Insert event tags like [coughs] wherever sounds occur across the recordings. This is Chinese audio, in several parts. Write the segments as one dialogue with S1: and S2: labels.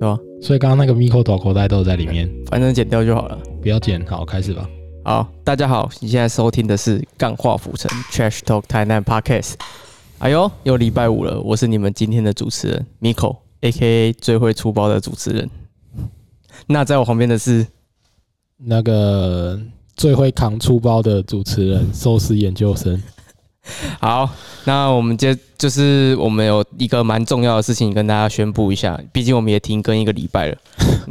S1: 对吧？
S2: 所以刚刚那个 Miko 短口袋都有在里面，
S1: 反正剪掉就好了。
S2: 不要剪。好，开始吧。
S1: 好，大家好，你现在收听的是《干话浮沉 Trash Talk 台南 Podcast》。哎呦，又礼拜五了，我是你们今天的主持人 Miko，A.K.A 最会出包的主持人。那在我旁边的是，
S2: 那个最会扛粗包的主持人，寿司研究生。
S1: 好，那我们接就是我们有一个蛮重要的事情跟大家宣布一下，毕竟我们也停更一个礼拜了。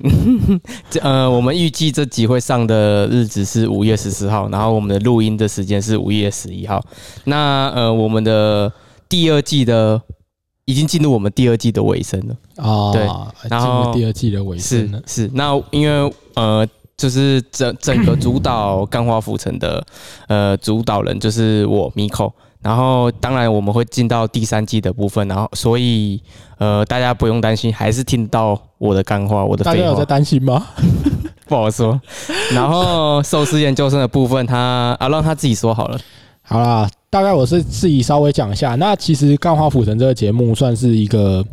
S1: [laughs] 这呃，我们预计这集会上的日子是五月十四号，然后我们的录音的时间是五月十一号。那呃，我们的第二季的已经进入我们第二季的尾声了。
S2: 啊，
S1: 对
S2: 进
S1: 然
S2: 入
S1: 后
S2: 第二季的尾声了。
S1: 是是，那因为呃，就是整整个主导钢化浮城的呃主导人就是我 Miko。然后，当然我们会进到第三季的部分，然后所以呃，大家不用担心，还是听得到我的干话，我的
S2: 大家
S1: 废
S2: 有在
S1: 话，
S2: 担心吗？
S1: 不好说。然后寿司研究生的部分，他啊让他自己说好了。
S2: 好啦，大概我是自己稍微讲一下。那其实《干花浮城》这个节目算是一个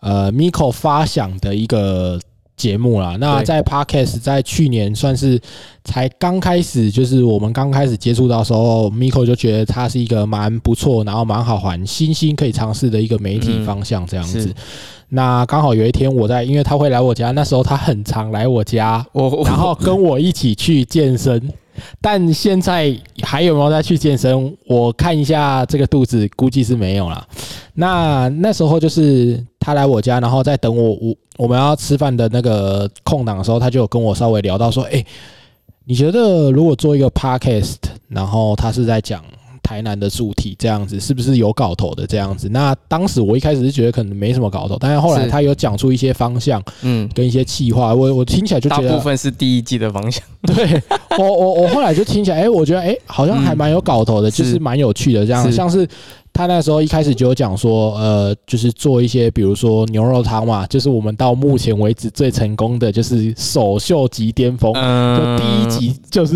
S2: 呃 Miko 发想的一个节目啦。那
S1: 对
S2: 在 Podcast 在去年算是才刚开始，就是我们刚开始接触到的时候，Miko 就觉得它是一个蛮不错，然后蛮好玩、新兴可以尝试的一个媒体
S1: 嗯
S2: 方向这样子。
S1: 是
S2: 那刚好有一天我在，因为他会来我家，那时候他很常来我家，
S1: 我 [laughs] 我
S2: 然后跟我一起去健身。但现在还有没有再去健身？我看一下这个肚子，估计是没有啦。那那时候就是他来我家，然后在等我，我我们要吃饭的那个空档的时候，他就有跟我稍微聊到说，哎、你觉得如果做一个 podcast，然后他是在讲台南的主体这样子，是不是有搞头的这样子？那当时我一开始是觉得可能没什么搞头，但是后来
S1: 是
S2: 他有讲出一些方向
S1: 嗯，
S2: 跟一些气话，我我听起来就
S1: 大
S2: 觉得
S1: 部分是第一季的方向。
S2: [laughs] 对我我我后来就听起来，哎、我觉得哎、好像还蛮有搞头的，
S1: 嗯
S2: 就是
S1: 是
S2: 蛮有趣的这样。
S1: 是
S2: 像是他那时候一开始就有讲说，呃，就是做一些比如说牛肉汤嘛，就是我们到目前为止最成功的就是首秀级巅峰。就
S1: 嗯，
S2: 第一集就是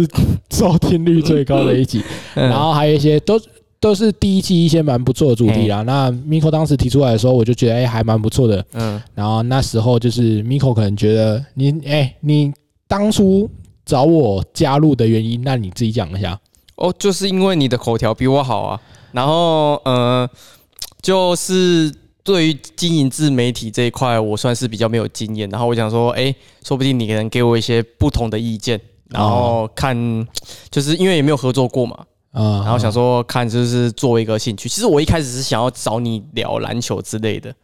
S2: 收听率最高的一集，
S1: 嗯，
S2: 然后还有一些都都是第一季一些蛮不错的主题啦。那 Miko 当时提出来的时候，我就觉得哎、还蛮不错的。
S1: 嗯
S2: 然后那时候就是 Miko 可能觉得你哎、你当初找我加入的原因，那你自己讲一下。
S1: 哦，就是因为你的口条比我好啊，然后呃，就是对于经营自媒体这一块，我算是比较没有经验，然后我想说，哎、说不定你能给我一些不同的意见，然后看，就是因为也没有合作过嘛，
S2: 啊，
S1: 然后想说看就是作为一个兴趣，其实我一开始是想要找你聊篮球之类的，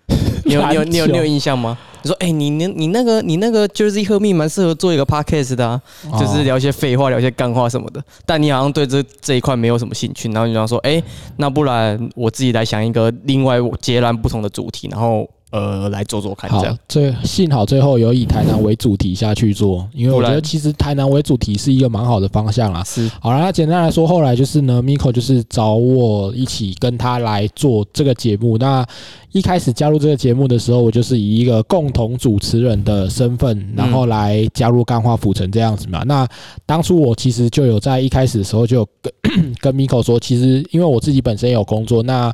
S1: 你有你有你有你有印象吗？你说，哎、你那你那个你那个 Jersey h e r m 蛮适合做一个 podcast 的啊。
S2: 哦
S1: 就是聊一些废话，聊一些干话什么的。但你好像对这这一块没有什么兴趣，然后你就想说，哎、那不然我自己来想一个另外截然不同的主题，然后呃来做做看，
S2: 好
S1: 这样，
S2: 最幸好最后有以台南为主题下去做，因为我觉
S1: 不
S2: 得
S1: 然
S2: 其实台南为主题是一个蛮好的啊方向啦。
S1: 是
S2: 好啦，那简单来说，后来就是呢，Miko 就是找我一起跟他来做这个节目。那一开始加入这个节目的时候，我就是以一个共同主持人的身份，然后来加入钢化浮城这样子嘛。那当初我其实就有在一开始的时候就有跟 [coughs] 跟 Miko 说，其实因为我自己本身有工作，那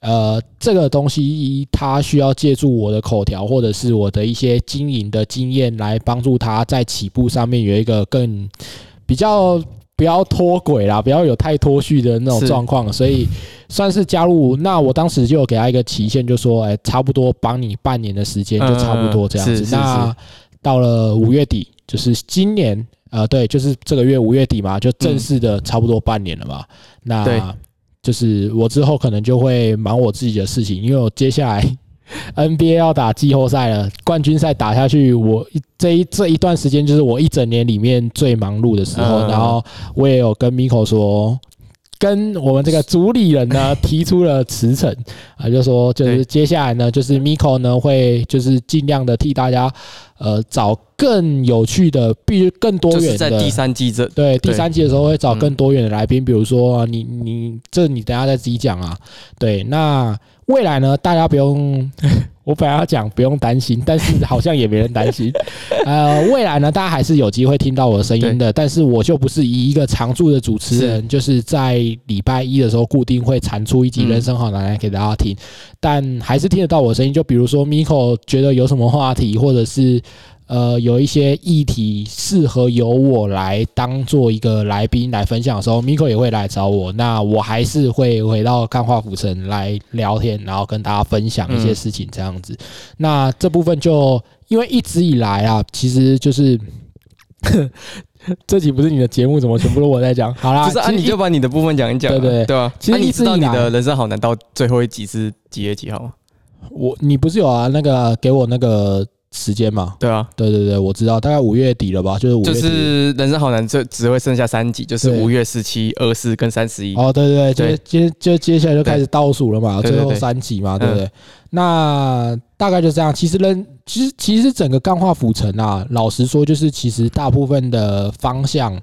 S2: 呃，这个东西它需要借助我的口条或者是我的一些经营的经验来帮助他在起步上面有一个更比较不要脱轨啦，不要有太脱序的那种
S1: 是
S2: 状况，所以算是加入。那我当时就有给他一个期限，就说，哎、差不多帮你半年的时间，就差不多这样
S1: 嗯是
S2: 子。
S1: 是
S2: 那到了五月底，就是今年，呃，对，就是这个月五月底嘛，就正式的差不多半年了嘛。那
S1: 对
S2: 就是我之后可能就会忙我自己的事情，因为我接下来 [laughs] NBA 要打季后赛了，冠军赛打下去，我一这一这一段时间就是我一整年里面最忙碌的时候。
S1: 嗯
S2: 然后我也有跟 Miko 说，跟我们这个主理人
S1: [laughs]
S2: 呢提出了辞呈啊，就说就是
S1: 对
S2: 接下来呢，就是 Miko 呢会就是尽量的替大家呃找更有趣的，必须更多
S1: 就
S2: 元
S1: 是
S2: 的。
S1: 在第三季这
S2: 对，第
S1: 对
S2: 三季的时候会找更多元的来宾，比如说啊你你这你等一下再自己讲啊。对，那未来呢，大家不用， [laughs] 我本来要讲不用担心，但是好像也没人担心。呃，未来呢，大家还是有机会听到我的声音的，但是我就不是以一个常驻的主持人，就是在礼拜一的时候固定会产出一集《
S1: 嗯
S2: 人生好难》来给大家听。但还是听得到我的声音。就比如说 Miko 觉得有什么话题，或者是呃有一些议题适合由我来当做一个来宾来分享的时候，Miko 也会来找我。那我还是会回到干化浮城来聊天，然后跟大家分享一些事情这样子。
S1: 嗯
S2: 那这部分就因为一直以来啊，其实就是 [laughs] 这集不是你的节目，怎么全部都我在
S1: [laughs]
S2: 讲？好啦，
S1: 不是啊，
S2: 其实
S1: 你就把你的部分讲一讲啊，
S2: 对对
S1: 对吧？
S2: 其实
S1: 啊你
S2: 一直
S1: 知道
S2: 以
S1: 你
S2: 来
S1: 的人生好难到最后一集是几月几号吗？
S2: 我你不是有啊那个给我那个时间嘛？
S1: 对啊，
S2: 对对对，我知道，大概五月底了吧，就是五月
S1: 就
S2: 底。
S1: 是人生好难，就只会剩下三集，就是
S2: 对
S1: 五月十七、二四跟三十一。
S2: 哦，对对对，就是接就接下来就开始倒数了嘛，
S1: 对对
S2: 最
S1: 对嗯
S2: 后三集嘛，对不对？那大概就这样。其实人，其实其实整个钢化浮城啊，老实说，就是其实大部分的方向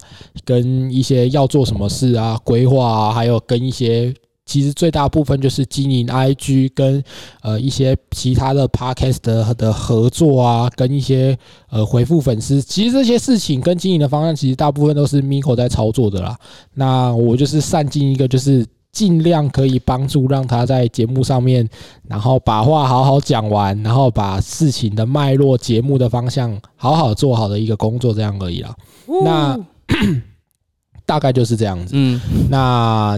S2: 跟一些要做什么事啊、规划啊，还有跟一些。其实最大部分就是经营 IG 跟呃一些其他的 podcast 的的合作啊，跟一些呃回复粉丝，其实这些事情跟经营的方向，其实大部分都是 Miko 在操作的啦。那我就是善尽一个，就是尽量可以帮助让他在节目上面，然后把话好好讲完，然后把事情的脉络、节目的方向好好做好的一个工作，这样而已啦。那 [coughs] 大概就是这样子。
S1: 嗯，
S2: 那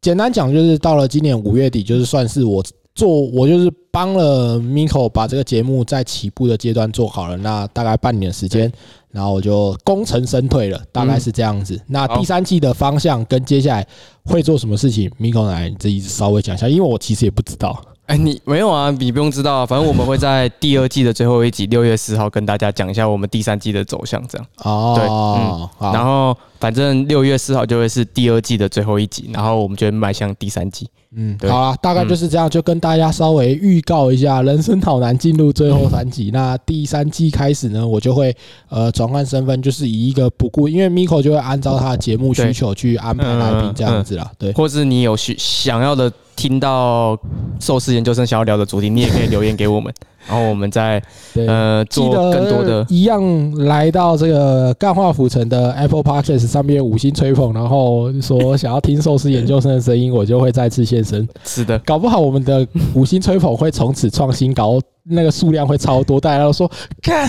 S2: 简单讲，就是到了今年五月底，就是算是我做，我就是帮了 Miko 把这个节目在起步的阶段做好了，那大概半年时间，然后我就功成身退了，大概是这样子。那第三季的方向跟接下来会做什么事情，Miko 来你自己稍微讲一下，因为我其实也不知道。
S1: 哎，你没有啊，你不用知道啊，反正我们会在第二季的最后一集，六月十号跟大家讲一下我们第三季的走向，这样。对
S2: 哦
S1: 嗯，
S2: 好
S1: 然后反正六月四号就会是第二季的最后一集，然后我们就会迈向第三季。
S2: 嗯，
S1: 对
S2: 好啦，大概就是这样，就跟大家稍微预告一下，《人生好难》进入最后三
S1: 嗯
S2: 集。那第三季开始呢，我就会呃转换身份，就是以一个不顾，因为 Miko 就会按照他的节目需求去安排来宾这样子啦。对，
S1: 或是你有需想要的，听到寿司研究生想要聊的主题，你也可以留言给我们，然后我们再
S2: 对，
S1: 呃
S2: 记
S1: 做
S2: 得
S1: 更多的。
S2: 一样来到这个干化浮城的 Apple Podcast 上面五星吹捧，然后说想要听寿司研究生的声音，我就会再次现身。
S1: 是的，
S2: 搞不好我们的五星吹捧会从此创新高，那个数量会超多，大家都说看，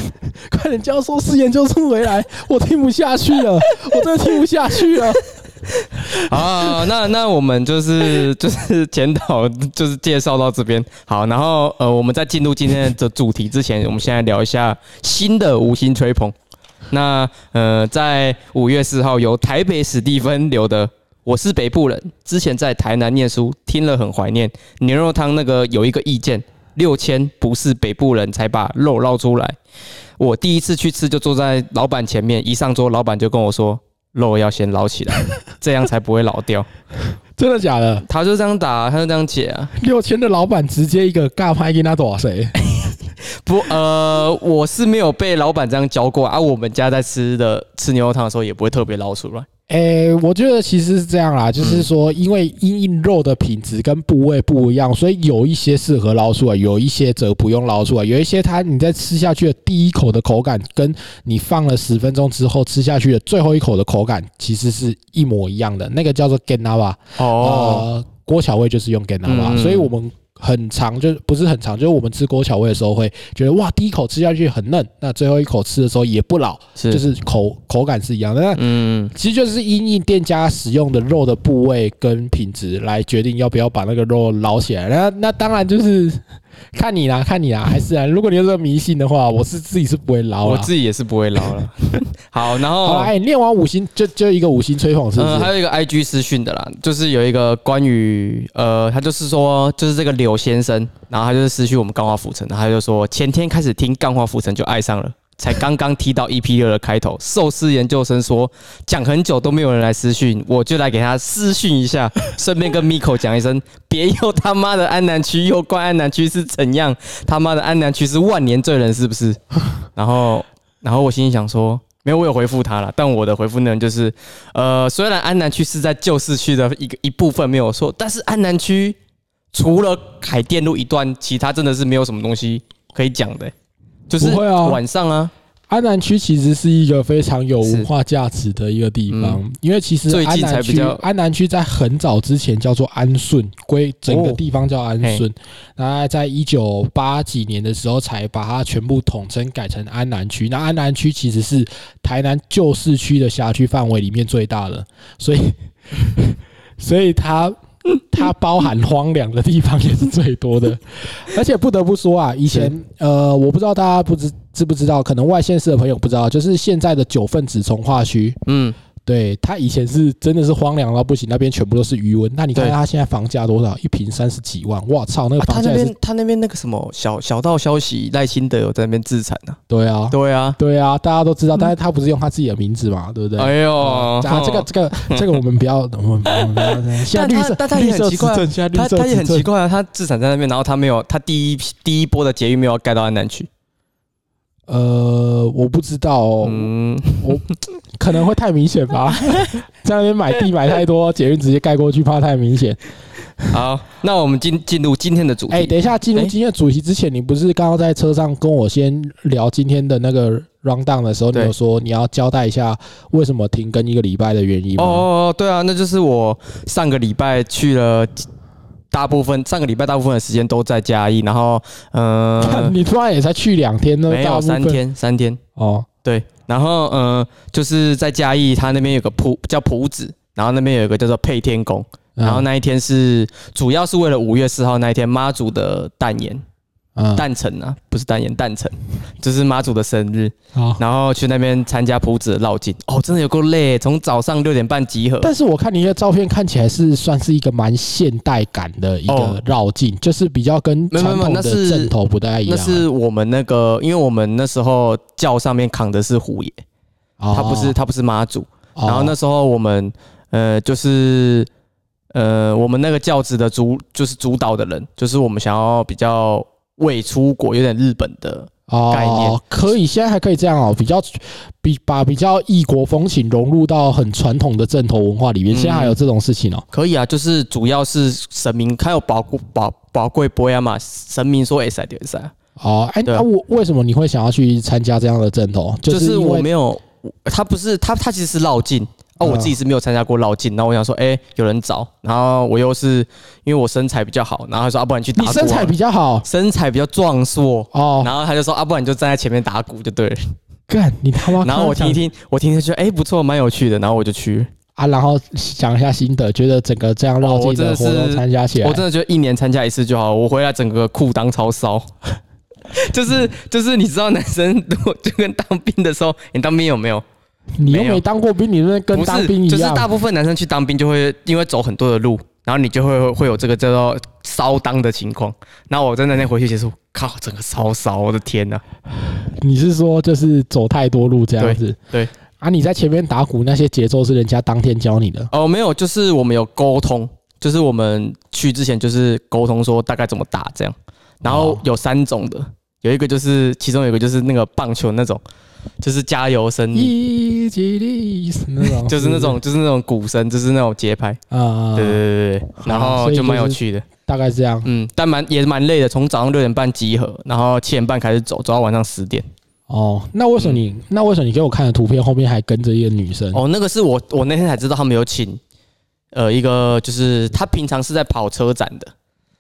S2: 快点叫硕士研究生回来，我听不下去了，我真的听不下去了。
S1: 好 [laughs] 好，好那那我们就是 [laughs] 就是检讨，就是介绍到这边。好，然后呃，我们在进入今天的主题之前，我们现在聊一下新的无心吹捧。那呃，在五月四号由台北史蒂芬留的。我是北部人，之前在台南念书，听了很怀念牛肉汤。那个有一个意见，六千不是北部人才把肉捞出来。我第一次去吃就坐在老板前面，一上桌老板就跟我说，肉要先捞起来。这样才不会老掉。
S2: [laughs] 真的假的？
S1: [laughs] 他就这样打，他就这样解啊。
S2: 六千的老板直接一个尬拍给他多少谁？
S1: 不，呃，我是没有被老板这样教过啊。啊我们家在吃的吃牛肉汤的时候，也不会特别捞出来。
S2: 诶、我觉得其实是这样啦，
S1: 嗯
S2: 就是说，因为因应肉的品质跟部位不一样，所以有一些适合捞出来，有一些则不用捞出来，有一些它你在吃下去的第一口的口感，跟你放了十分钟之后吃下去的最后一口的口感，其实是一模一样的，那个叫做 g e n a v a
S1: 哦，
S2: 呃，郭小味就是用 g a n a v a
S1: 嗯
S2: 所以我们很常就不是很常，就是我们吃郭小味的时候会觉得哇，第一口吃下去很嫩，那最后一口吃的时候也不老，
S1: 是，
S2: 就是口口感是一样的。那
S1: 嗯，
S2: 其实就是因应店家使用的肉的部位跟品质来决定要不要把那个肉捞起来。那那当然就是看你啦，看你啦，还是啊，如果你有这个迷信的话，我是自己是不会捞
S1: 我
S2: 啦。
S1: 自己也是不会捞 [laughs] 了。好，然后
S2: 好啦，哎、念完五星就就一个五星吹捧，是不是？
S1: 呃，还有一个 IG 私讯的啦，就是有一个关于呃，他就是说，就是这个柳先生，然后他就是私讯我们钢化浮城，然后他就说前天开始听钢化浮城就爱上了，才刚刚提到 EP 六的开头，寿司研究生说讲很久都没有人来私讯，我就来给他私讯一下，顺便跟 Miko 讲一声，别又他妈的安南区又怪安南区是怎样，他妈的安南区是万年罪人是不是？然后，然后我心里想说。没有，我有回复他了，但我的回复内容就是，呃，虽然安南区是在旧市区的一个一部分没有错，但是安南区除了海淀路一段，其他真的是没有什么东西可以讲的、就是
S2: 不会啊
S1: 晚上啊，
S2: 安南区其实是一个非常有文化价值的一个地方，因为其
S1: 嗯
S2: 实
S1: 最
S2: 安
S1: 近才
S2: 南
S1: 比
S2: 区
S1: 较
S2: 安南区在很早之前叫做安顺，归整个
S1: 哦
S2: 地方叫安顺，那在一九八几年的时候才把它全部统称改成安南区。那安南区其实是台南旧市区的辖区范围里面最大的，所以所以它。
S1: 嗯
S2: 它包含荒凉的地方也是最
S1: [laughs]
S2: 多的，而且不得不说啊，以前呃，我不知道大家不知知不知道，可能外县市的朋友不知道，就是现在的九份子从化区，
S1: 嗯，
S2: 对它以前是真的是荒凉到不行，那边全部都是余温。那你看
S1: 对
S2: 它现在房价多少？一平三十几万，我操，那个
S1: 啊他
S2: 房价
S1: 那
S2: 也是
S1: 边他那边那个什么小小道消息，赖清德有在那边自产啊。
S2: 对啊，
S1: 对啊，
S2: 对啊，大家都知道，但是他不是用他自己的名字嘛，对不对？
S1: 嗯哎呦，
S2: 啊，这个这个这个我们不要，我们我们不要。现在绿色
S1: 但他但他
S2: 绿
S1: 也很
S2: 色
S1: 奇
S2: 执
S1: 怪啊
S2: 政，现在绿
S1: 他
S2: 色
S1: 他也很
S2: 执政
S1: 奇怪啊，他自产在那边，然后他没有，他第一批第一波的捷运没有盖到安南区。
S2: 呃，我不知道哦，
S1: 嗯，
S2: 可能会太明
S1: [laughs]
S2: 显吧，在那边买地买太多，捷运直接盖过去，怕太明显。
S1: 好，那我们进进入今天的主题。
S2: 哎、等一下，进入今天的主题之前，你不是刚刚在车上跟我先聊今天的那个 round down 的时候，你
S1: 对
S2: 有说你要交代一下为什么停更一个礼拜的原因吗？
S1: 哦哦哦，对啊，那就是我上个礼拜去了。大部分上个礼拜大部分的时间都在嘉义，然后嗯、
S2: 看 [laughs]
S1: 呃，
S2: [laughs] 你突然也才去两天呢，
S1: 没
S2: 大
S1: 有
S2: 部分
S1: 三天，三天，
S2: 哦，
S1: 对，然后呃，就是在嘉义，它那边有个埔叫埔子，然后那边有一个叫做配天宫，
S2: 嗯
S1: 然后那一天是主要是为了五月四号那一天妈祖的诞宴
S2: 嗯，
S1: 诞辰啊，不是诞宴诞辰，就是妈祖的生日，
S2: 好。
S1: 然后去那边参加埔子的绕境，哦，真的有够累，从早上六点半集合，
S2: 但是我看你的照片看起来是算是一个蛮现代感的一个
S1: 哦
S2: 绕境，就是比较跟
S1: 没有没有
S2: 传统
S1: 那
S2: 的
S1: 是
S2: 正头不太一
S1: 那
S2: 样。啊
S1: 是我们那个，因为我们那时候轿上面扛的是虎爷，
S2: 哦
S1: 他不是，他不是妈祖，
S2: 哦
S1: 然后那时候我们呃就是呃我们那个教子的主就是主导的人，就是我们想要比较未出国，有点日本的，概念
S2: 哦，可以，现在还可以这样哦，比较比把比较异国风情融入到很传统的正头文化里面，
S1: 嗯
S2: 现在还有这种事情哦。
S1: 可以啊，就是主要是神明，还有宝宝宝贵波亚嘛，神明说哎塞就塞，
S2: 哦，哎，
S1: 对啊
S2: 那我为什么你会想要去参加这样的正头？
S1: 就是是
S2: 因
S1: 我
S2: 为
S1: 没有，他不是他他其实是绕境。哦，我
S2: 嗯
S1: 自己是没有参加过绕境，然后我想说，哎、有人找，然后我又是因为我身材比较好，然后他说，啊，不然你去打
S2: 你
S1: 鼓好了，
S2: 身材比较好
S1: 身材比较壮硕，
S2: 哦，
S1: 然后他就说，啊，不然你就站在前面打鼓就对了。
S2: 干你他妈！
S1: 然后我听一
S2: 刚刚讲
S1: 听，我听听觉得哎、不错，蛮有趣的，然后我就去。
S2: 啊，然后讲一下心得，觉得整个这样绕
S1: 哦
S2: 境
S1: 我真
S2: 的
S1: 的
S2: 活动
S1: 是
S2: 参加起来
S1: 我，真的觉得一年参加一次就好，我回来整个裤裆超
S2: [laughs]
S1: 骚。就是就是，你知道男生如果就跟当兵的时候，你当兵有没有？
S2: 你又
S1: 没有
S2: 没当过兵，你那跟
S1: 不
S2: 当
S1: 是，
S2: 兵一
S1: 就是大
S2: 样。
S1: 部分男生去当兵就会因为走很多的路，然后你就会会有这个叫做骚裆的情况。然后我在那天回去结束，靠，整个超骚，我的天呐、
S2: 你是说就是走太多路这样子？
S1: 对对
S2: 啊，你在前面打鼓那些节奏是人家当天教你的。
S1: 哦，没有，就是我们有沟通，就是我们去之前就是沟通说大概怎么打这样，然后
S2: 哦
S1: 有三种的，有一个就是其中有一个就是那个棒球那种，就是加油声，
S2: 一起力是那种，
S1: 嗯就是那种就是那种鼓声，就是那种节拍，
S2: 啊，
S1: 对对对对对，然
S2: 好
S1: 后
S2: 所以
S1: 就蛮
S2: 就
S1: 有
S2: 是
S1: 趣的，
S2: 大概这样。
S1: 嗯，但蛮也蛮累的，从早上六点半集合，然后七点半开始走，走到晚上十点。
S2: 哦，那为什么你那为什么你给我看的图片后面还跟着一个女生？
S1: 嗯哦，那个是我我那天才知道他们有请。呃，一个就是他平常是在跑车展的，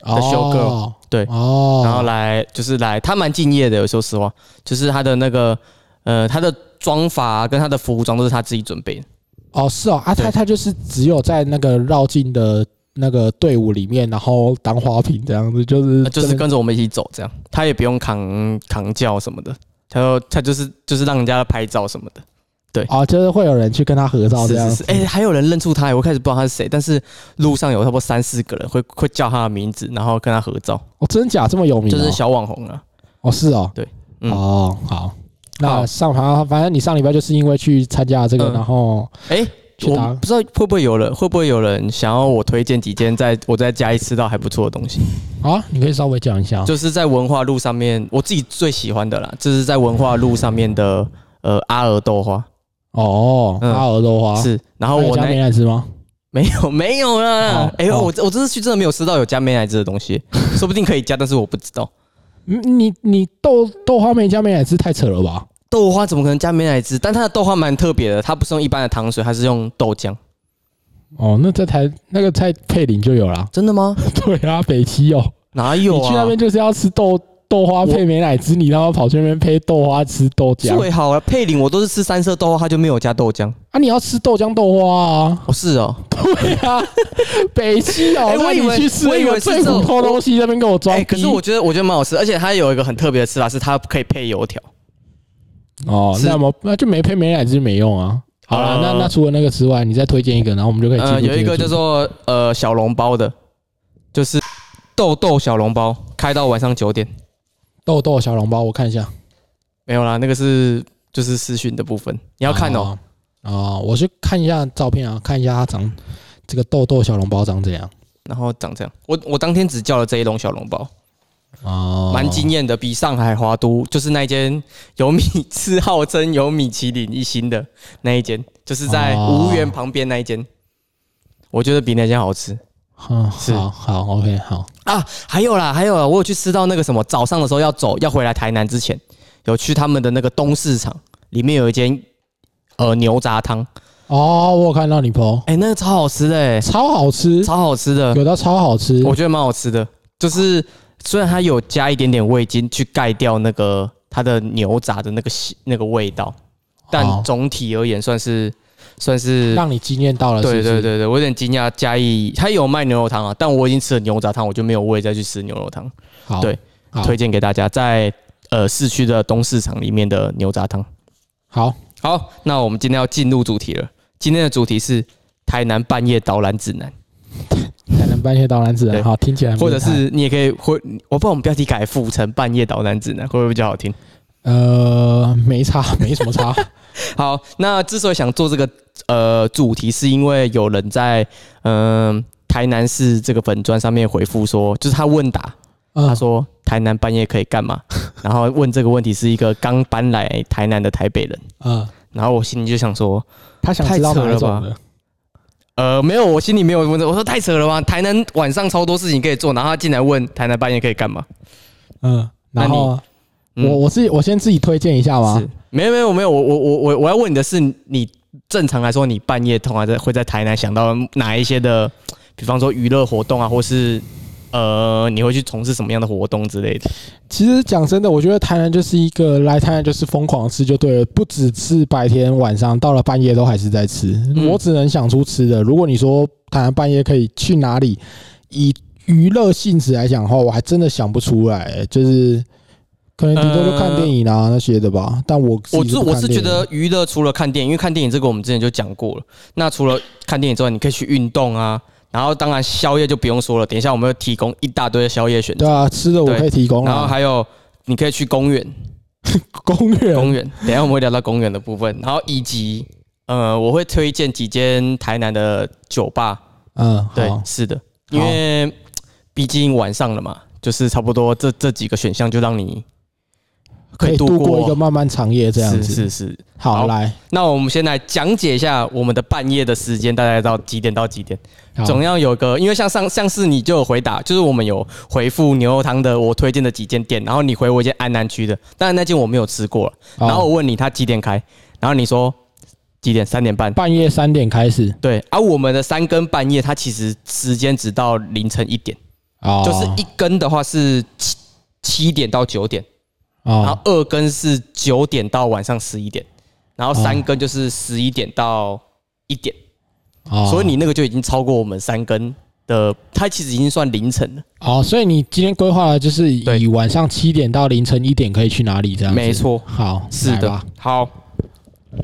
S2: 哦，
S1: 修 girl，对
S2: 哦，
S1: 然后来就是来，他蛮敬业的。有说实话，就是他的那个呃，他的妆法啊跟他的服装都是他自己准备的。
S2: 哦是哦，啊他
S1: 对
S2: 他就是只有在那个绕境的那个队伍里面，然后当花瓶这样子，就是
S1: 那啊呃就是
S2: 嗯真的
S1: 跟着我们一起走，这样他也不用扛扛轿什么的，他就他就是就是让人家拍照什么的。
S2: 哦，就是会有人去跟他合照
S1: 是
S2: 这样
S1: 是是
S2: 子，。
S1: 哎、还有人认出他，我开始不知道他是谁，但是路上有差不多三四个人会会叫他的名字，然后跟他合照，
S2: 哦，真假这么有名
S1: 就
S2: 哦？
S1: 是小网红啊。
S2: 哦是哦，
S1: 对嗯
S2: 哦好。那
S1: 好
S2: 上盘，反正你上礼拜就是因为去参加这个，
S1: 嗯
S2: 然后
S1: 哎、
S2: 去
S1: 我
S2: 打
S1: 不知道会不会有人会不会有人想要我推荐几间在我在嘉义吃到还不错的东西。
S2: 啊，你可以稍微讲一下。
S1: 就是在文化路上面，我自己最喜欢的啦，就是在文化路上面的呃阿尔豆花、
S2: 哦，
S1: 嗯
S2: 阿尔豆花
S1: 是，然后
S2: 那有
S1: 我
S2: 加
S1: 那
S2: 美奶汁吗？
S1: 没有没有啦
S2: 哦，
S1: 哎呦、
S2: 哦
S1: 我这我这次去真的没有吃到有加美乃滋的东西，说不定可以加，但是我不知道。
S2: 嗯你你豆豆花没加美乃滋太扯了吧？
S1: 豆花怎么可能加美乃滋？但它的豆花蛮特别的，它不是用一般的糖水，它是用豆浆。
S2: 哦，那在台那个在配林就有啦。 [laughs]
S1: 真的吗？
S2: 对啊，北七有，
S1: 哪有
S2: 你去那
S1: 啊？
S2: 边就是要吃豆豆花配美乃滋，你他妈跑去那边配豆花吃豆浆
S1: 最好了，啊配领我都是吃三色豆花，它就没有加豆浆。
S2: 啊！你要吃豆浆豆花
S1: [laughs]
S2: 啊？
S1: 哦，是哦。
S2: 对啊，北七哦，
S1: 哎
S2: 那
S1: 我以
S2: 你
S1: 为
S2: 去吃
S1: 我以
S2: 一个
S1: 为是
S2: 最
S1: 这
S2: 普
S1: 种
S2: 偷东西在那边给我
S1: 哎、
S2: 装
S1: 可
S2: 逼
S1: 是我觉得我觉得蛮好吃，而且它有一个很特别的吃法，是它可以配油条。
S2: 哦，
S1: 是
S2: 那么那就没配美乃滋没用啊。好啦，
S1: 呃
S2: 那那除了那个之外，你再推荐一个，然后我们就可以进入
S1: 呃，有一个叫
S2: 今天的主题
S1: 做呃小笼包的，就是豆豆小笼包，开到晚上九点。
S2: 豆豆小笼包，我看一下。
S1: 没有啦，那个是就是私讯的部分，你要看哦。
S2: 哦。哦，我去看一下照片啊，看一下它长这个豆豆小笼包长怎样。
S1: 然后长这样，我我当天只叫了这一笼小笼包，
S2: 哦，
S1: 蛮惊艳的，比上海华都就是那一间有米是号称有米其林一星的那一间，就是在
S2: 哦
S1: 无缘旁边那一间，我觉得比那间好吃
S2: 嗯，
S1: 是
S2: 好好，OK，好，
S1: 啊。还有啦，还有啦，我有去吃到那个什么，早上的时候要走要回来台南之前，有去他们的那个东市场，里面有一间呃牛杂汤，
S2: 哦，我有看到你 PO，
S1: 哎、那个超好吃的、欸，
S2: 超好吃，
S1: 超好吃的，
S2: 有到超好吃，
S1: 我觉得蛮好吃的，就是虽然它有加一点点味精去盖掉那个它的牛杂的那个腥那个味道，
S2: 好
S1: 但总体而言算是算是。
S2: 让你惊艳到了，是
S1: 对
S2: 不是
S1: 对，对对，我有点惊讶，嘉义它有卖牛肉汤啊，但我已经吃了牛杂汤，我就没有胃再去吃牛肉汤，
S2: 好，
S1: 对，
S2: 好，
S1: 推荐给大家，在呃市区的东市场里面的牛杂汤。
S2: 好，
S1: 好，那我们今天要进入主题了，今天的主题是台南半夜导览指南，
S2: 才能半夜到男子人，
S1: 对
S2: 好，听起来很
S1: 或者
S2: 变态
S1: 是你也可以会，我不知道我们标题改府城半夜导览指南会不会比较好听？
S2: 呃，没差， [laughs] 没什
S1: [laughs]
S2: 么差，
S1: 好，那之所以想做这个呃主题，是因为有人在嗯、台南市这个粉砖上面回复说，就是他问答，他
S2: 嗯，
S1: 说台南半夜可以干嘛？ [laughs] 然后问这个问题是一个刚搬来台南的台北人，
S2: 嗯，
S1: 然后我心里就想说，
S2: 他想知道
S1: 太扯
S2: 哪一
S1: 了
S2: 种
S1: 吧
S2: 的，
S1: 呃，没有，我心里没有问这，我说太扯了吧，台南晚上超多事情可以做，然后他进来问台南半夜可以干嘛？
S2: 嗯，然后啊
S1: 那你嗯
S2: 我我自己我先自己推荐一下吧
S1: 是，没有没有没有，我我我我我要问你的是，你正常来说，你半夜通常在会在台南想到哪一些的，比方说娱乐活动啊，或是呃，你会去从事什么样的活动之类的？
S2: 其实讲真的，我觉得台南就是一个来台南就是疯狂吃就对了，不只是白天晚上，到了半夜都还是在吃。
S1: 嗯
S2: 我只能想出吃的。如果你说台南半夜可以去哪里，以娱乐性质来讲的话，我还真的想不出来、就是可能顶多就看电影啊、那些的吧。但我自
S1: 我
S2: 己
S1: 是
S2: 不看
S1: 我是觉
S2: 电影
S1: 得娱乐除了看电影，因为看电影这个我们之前就讲过了。那除了看电影之外，你可以去运动啊，然后当然宵夜就不用说了，等一下我们会提供一大堆的宵夜选择，
S2: 对啊，吃的我可以提供
S1: 然后
S2: 啊，
S1: 还有。你可以去公园，
S2: 公园
S1: [laughs] 公园，等一下我们会聊到公园的部分，然后以及呃，我会推荐几间台南的酒吧，
S2: 嗯，
S1: 对
S2: 好，
S1: 是的，因为毕竟晚上了嘛，就是差不多这这几个选项就让你
S2: 可以度过一个漫漫长夜这样
S1: 是
S2: 子。
S1: 是是。
S2: 好，
S1: 好
S2: 来，
S1: 那我们先来讲解一下我们的半夜的时间，大概到几点到几点？
S2: 好
S1: 总要有个，因为像上上次你就有回答，就是我们有回复牛肉汤的我推荐的几间店，然后你回我一间安南区的，当然那间我没有吃过了，
S2: 好
S1: 然后我问你他几点开，然后你说几点？三点半。
S2: 半夜三点开始，
S1: 对，而、我们的三更半夜，它其实时间只到凌晨一点。
S2: 哦，
S1: 就是一根的话是七七点到九点，然
S2: 哦
S1: 后二根是九点到晚上十一点，然后三根就是十一点到一点，
S2: 哦
S1: 所以你那个就已经超过我们三根的，它其实已经算凌晨了，
S2: 哦，所以你今天规划的就是以
S1: 对
S2: 晚上七点到凌晨一点可以去哪里这样子？
S1: 没错，
S2: 好，
S1: 是
S2: 来
S1: 的
S2: 吧，，
S1: 好。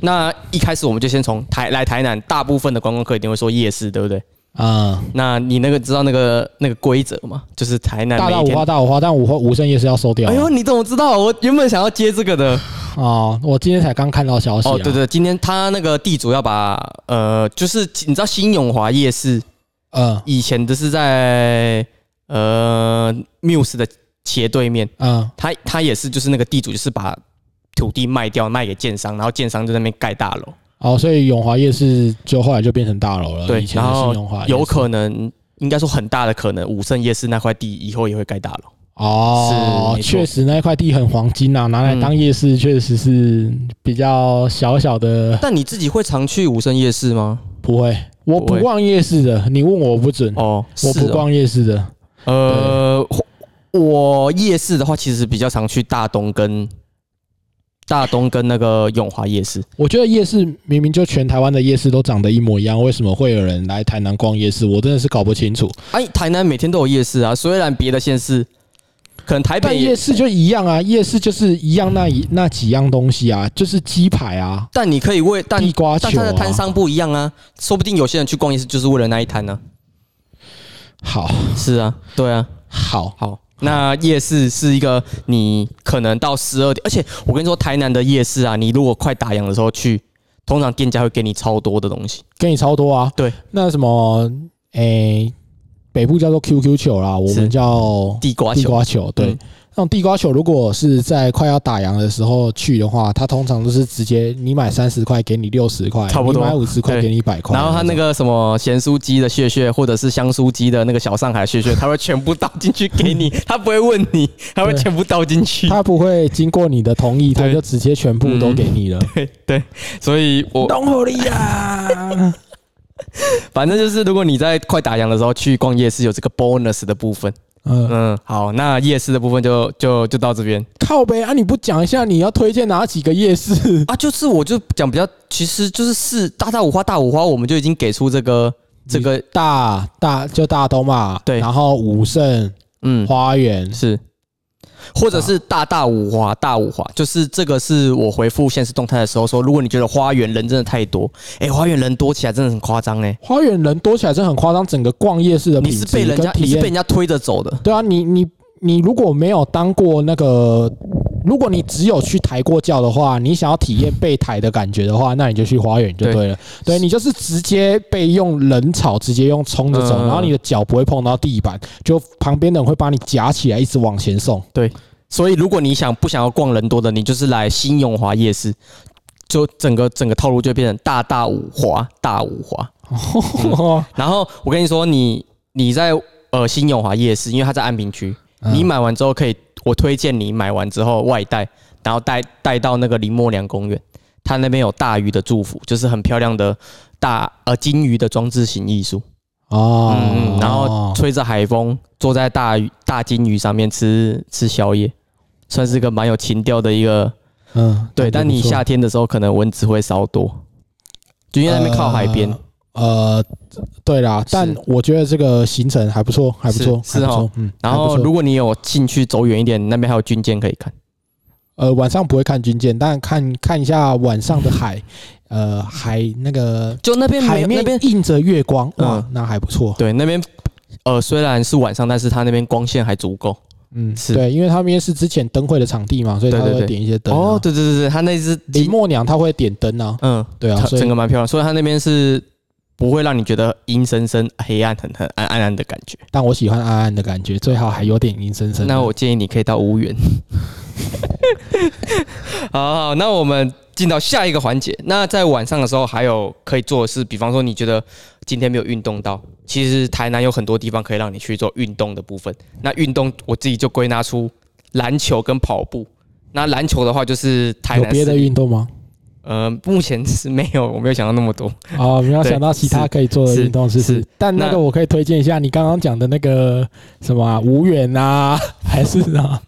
S1: 那一开始我们就先从台来台南，大部分的观光客一定会说夜市，对不对？
S2: 嗯，
S1: 那你那个知道那个那个规则吗？就是台南
S2: 大
S1: 每
S2: 到
S1: 一
S2: 五
S1: 天。
S2: 花大五花，但五花五圣夜是要收掉啊
S1: 哎
S2: 的。
S1: 呦，你怎么知道？我原本想要接这个的。
S2: 哦，我今天才刚看到消息啊。
S1: 哦，对对，今天他那个地主要把呃，就是你知道新永华夜市
S2: 嗯
S1: 以前的是在呃 Muse 的斜对面，
S2: 嗯
S1: 他他也是就是那个地主就是把土地卖掉卖给建商，然后建商就在那边盖大楼，
S2: 哦，所以永华夜市就后来就变成大楼了。
S1: 对
S2: 呃以前的是永华夜市，
S1: 有可能应该说很大的可能武圣夜市那块地以后也会盖大楼，
S2: 哦
S1: 是，没错嗯
S2: 确实那一块地很黄金呐、拿来当夜市确实是比较小小的，
S1: 但你自己会常去武生夜市吗？
S2: 不会，我
S1: 不
S2: 不
S1: 会
S2: 逛夜市的，你问我我不准，
S1: 哦，
S2: 嗯我
S1: 是
S2: 不
S1: 哦
S2: 逛夜市的。
S1: 呃，我夜市的话，其实比较常去大东跟大东跟那个永华夜市。
S2: 我觉得夜市明明就全台湾的夜市都长得一模一样，为什么会有人来台南逛夜市？我真的是搞不清楚。
S1: 哎，台南每天都有夜市啊，虽然别的县市可能台
S2: 但
S1: 北嗯
S2: 夜，市就一样啊，夜市就是一样那一那几样东西啊，就是鸡排啊、
S1: 但你可以为但
S2: 地瓜
S1: 但
S2: 球
S1: 他的
S2: 啊。
S1: 摊商不一样啊，说不定有些人去逛夜市就是为了那一摊呢、啊
S2: 好
S1: 是啊，对啊，
S2: 好，
S1: 好。那夜市是一个你可能到十二点，而且我跟你说，台南的夜市啊，你如果快打烊的时候去，通常店家会给你超多的东西。
S2: 跟你超多啊。
S1: 对，
S2: 那什么，诶、北部叫做 QQ 球啦，我
S1: 是
S2: 们叫
S1: 地瓜
S2: 地
S1: 球，
S2: 瓜球。对，
S1: 嗯
S2: 那种地瓜球如果是在快要打烊的时候去的话，它通常都是直接你买三十块给你六十块，
S1: 差不多
S2: 你买五十块
S1: 对
S2: 给你一百块。
S1: 然后他那个什么咸酥鸡的屑屑，或者是香酥鸡的那个小上海屑屑，他会全部倒进去给你，他不会问你，他会全部倒进 [laughs] 去。
S2: 他不会经过你的同意，他
S1: 对
S2: 就直接全部都给你了。
S1: [laughs] 对，所以我
S2: 懂我力 [laughs] 呀！
S1: 反正就是，如果你在快打烊的时候去逛夜市，有这个 bonus 的部分。
S2: 嗯，
S1: 嗯，好，那夜市的部分就就就到这边
S2: 靠呗啊！你不讲一下你要推荐哪几个
S1: [laughs]
S2: 夜市？
S1: 啊。就是我就讲比较，其实就是是大大五花大五花，我们就已经给出这个这个
S2: 大大就大东嘛，
S1: 对
S2: 然后武圣
S1: 嗯
S2: 花园，
S1: 是，或者是大大五花大五花，就是这个是我回复现实动态的时候说，如果你觉得花园人真的太多，哎、花园人多起来真的很夸张哎，
S2: 花园人多起来真的很夸张，整个逛夜市的
S1: 你
S2: 品
S1: 是
S2: 质
S1: 被人
S2: 跟
S1: 家你
S2: 体
S1: 是被人，
S2: 验
S1: 家推着走的，
S2: 对啊，你你你如果没有当过那个，如果你只有去抬过轿的话，你想要体验被抬的感觉的话，那你就去花园就对了。对你就是直接被用人草直接用冲着走，
S1: 嗯
S2: 然后你的脚不会碰到地板，就旁边的人会把你夹起来一直往前送。
S1: 所以如果你想不想要逛人多的，你就是来新永华夜市，就整个整个套路就变成大大五花大五花。
S2: [laughs] 啊
S1: 然后我跟你说，你你在呃新永华夜市，因为它在安平区，你买完之后可以，我推荐你买完之后外带，然后带带到那个林默娘公园，它那边有大鱼的祝福，就是很漂亮的大呃金鱼的装置型艺术，
S2: 哦，
S1: 嗯嗯，然后吹着海风，坐在大鱼大金鱼上面吃吃宵夜，算是个蛮有情调的一个
S2: 嗯，
S1: 对。
S2: 感觉
S1: 但你
S2: 不错
S1: 夏天的时候，可能蚊子会稍多，就因为那边靠海边，
S2: 呃，对啦，但我觉得这个行程还不错，还不错，
S1: 是
S2: 还
S1: 是
S2: 不
S1: 哦
S2: 错，嗯，
S1: 然
S2: 还
S1: 后
S2: 不错
S1: 如果你有兴趣走远一点，那边还有军舰可以看。
S2: 呃，晚上不会看军舰，但看看一下晚上的
S1: [laughs]
S2: 海，呃，海那个
S1: 就那边没
S2: 海
S1: 有那
S2: 面
S1: 边
S2: 映着月光，哇
S1: 嗯，
S2: 那还不错。
S1: 对那边呃虽然是晚上，但是它那边光线还足够。
S2: 嗯，
S1: 是
S2: 对，因为他们也是之前灯会的场地嘛，所以
S1: 对
S2: 他
S1: 对
S2: 会
S1: 对
S2: 点一些灯啊。
S1: 哦，对对对对，它那只
S2: 林默娘她会点灯啊，
S1: 嗯，
S2: 对啊
S1: 它，
S2: 所
S1: 整
S2: 以
S1: 个蛮漂亮，所以它那边是不会让你觉得阴森森、黑暗、很很暗暗暗的感觉。
S2: 但我喜欢暗暗的感觉，最好还有点阴森森的。
S1: 那我建议你可以到无
S2: [laughs]
S1: 缘。好好，那我们进到下一个环节。那在晚上的时候，还有可以做的是，比方说你觉得今天没有运动到，其实台南有很多地方可以让你去做运动的部分。那运动我自己就归纳出篮球跟跑步。那篮球的话，就是台
S2: 有
S1: 南
S2: 别的
S1: 市
S2: 运动吗？
S1: 呃，目前是没有，我没有想到那么多。 [laughs]
S2: 啊，没有想到其他可以做的
S1: 是
S2: 运动是不是
S1: 是？
S2: 但那
S1: 那
S2: 个我可以推荐一下，你刚刚讲的那个什么啊，无远啊，还是啊，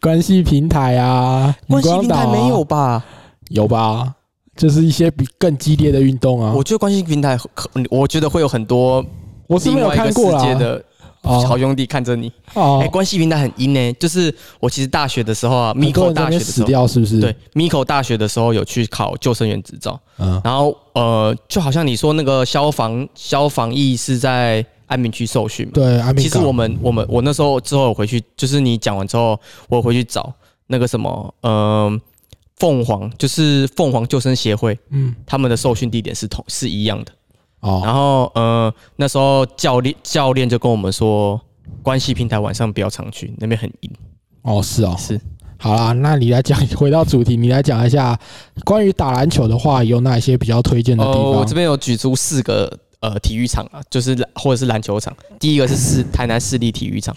S2: 关系平台啊，
S1: 关系
S2: 渔光
S1: 平
S2: 岛
S1: 台
S2: 啊
S1: 没有吧？
S2: 有吧？就是一些比更激烈的运动啊。
S1: 我觉得关系平台可，我觉得会有很多
S2: 我是
S1: 另
S2: 没有
S1: 外一
S2: 看
S1: 个世
S2: 过
S1: 界
S2: 啦。
S1: 的好
S2: 哦
S1: 兄弟看着你。哎、
S2: 哦，
S1: 关系平台很阴呢、就是我其实大学的时候啊
S2: 很多
S1: ，Miko
S2: 人在那
S1: 大学
S2: 边
S1: 的时
S2: 死
S1: 候，
S2: 掉是不是？
S1: 对，，Miko 大学的时候有去考救生员执照，
S2: 嗯，
S1: 然后呃，就好像你说那个消防消防役是在安民区受训嘛，
S2: 对，啊阿明
S1: 其实我们我们我那时候之后有回去，就是你讲完之后，我有回去找那个什么，嗯、凤凰就是凤凰救生协会，
S2: 嗯
S1: 他们的受训地点是同是一样的。
S2: 哦
S1: 然后呃，那时候教练教练就跟我们说，关系平台晚上不要常去，那边很阴。
S2: 哦是哦，
S1: 是
S2: 好啦，那你来讲， [laughs] 回到主题，你来讲一下关于打篮球的话，有哪一些比较推荐的地
S1: 呃，我这
S2: 方？
S1: 边有举出四个呃体育场啊，就是或者是篮球场。第一个是市台南市立体育场，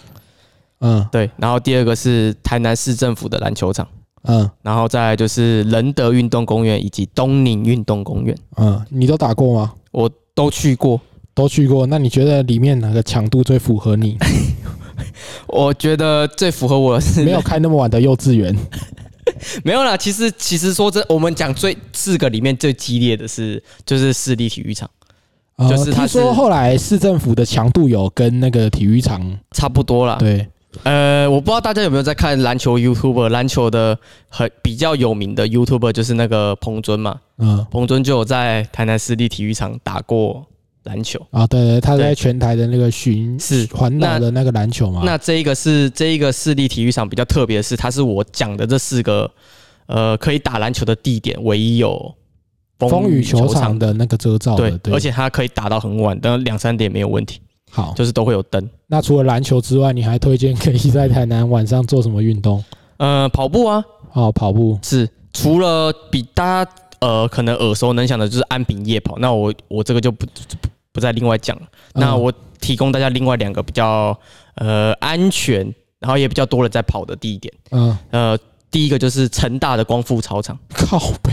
S2: 嗯
S1: 对，然后第二个是台南市政府的篮球场，
S2: 嗯
S1: 然后再来就是仁德运动公园以及东宁运动公园，
S2: 嗯，你都打过吗？
S1: 我都去过。
S2: 都去过，那你觉得里面哪个强度最符合
S1: [laughs]
S2: 你？
S1: 我觉得最符合我的是
S2: 没有开那么晚的幼稚园，
S1: 没有啦，其实其实说真，我们讲最四个里面最激烈的是就是市立体育场，
S2: 呃
S1: 就是它
S2: 听
S1: 是
S2: 说后来市政府的强度有跟那个体育场
S1: 差不多啦。
S2: 对，
S1: 呃，我不知道大家有没有在看篮球 YouTuber，篮球的很比较有名的 YouTuber 就是那个彭尊嘛，
S2: 嗯
S1: 彭尊就有在台南市立体育场打过篮球。
S2: 啊对对，他在
S1: 对
S2: 全台的那个巡
S1: 是
S2: 环岛的那个篮球嘛，
S1: 那这一个是这一个市立体育场比较特别的是，它是我讲的这四个呃可以打篮球的地点唯一有
S2: 风雨球
S1: 场
S2: 场的那个遮罩的，
S1: 对，
S2: 对，
S1: 而且它可以打到很晚，当然两三点没有问题，
S2: 好。
S1: 就是都会有灯。
S2: 那除了篮球之外，你还推荐可以在台南晚上做什么
S1: [laughs]
S2: 运动？
S1: 呃，跑步啊，
S2: 哦，跑步。
S1: 是除了比大家呃可能耳熟能详的就是安平夜跑，那我我这个就不不不再另外讲了。那
S2: 嗯
S1: 我提供大家另外两个比较呃安全，然后也比较多人在跑的地点。
S2: 嗯， [laughs]
S1: 呃，第一个就是成大的光复操场，
S2: 靠背，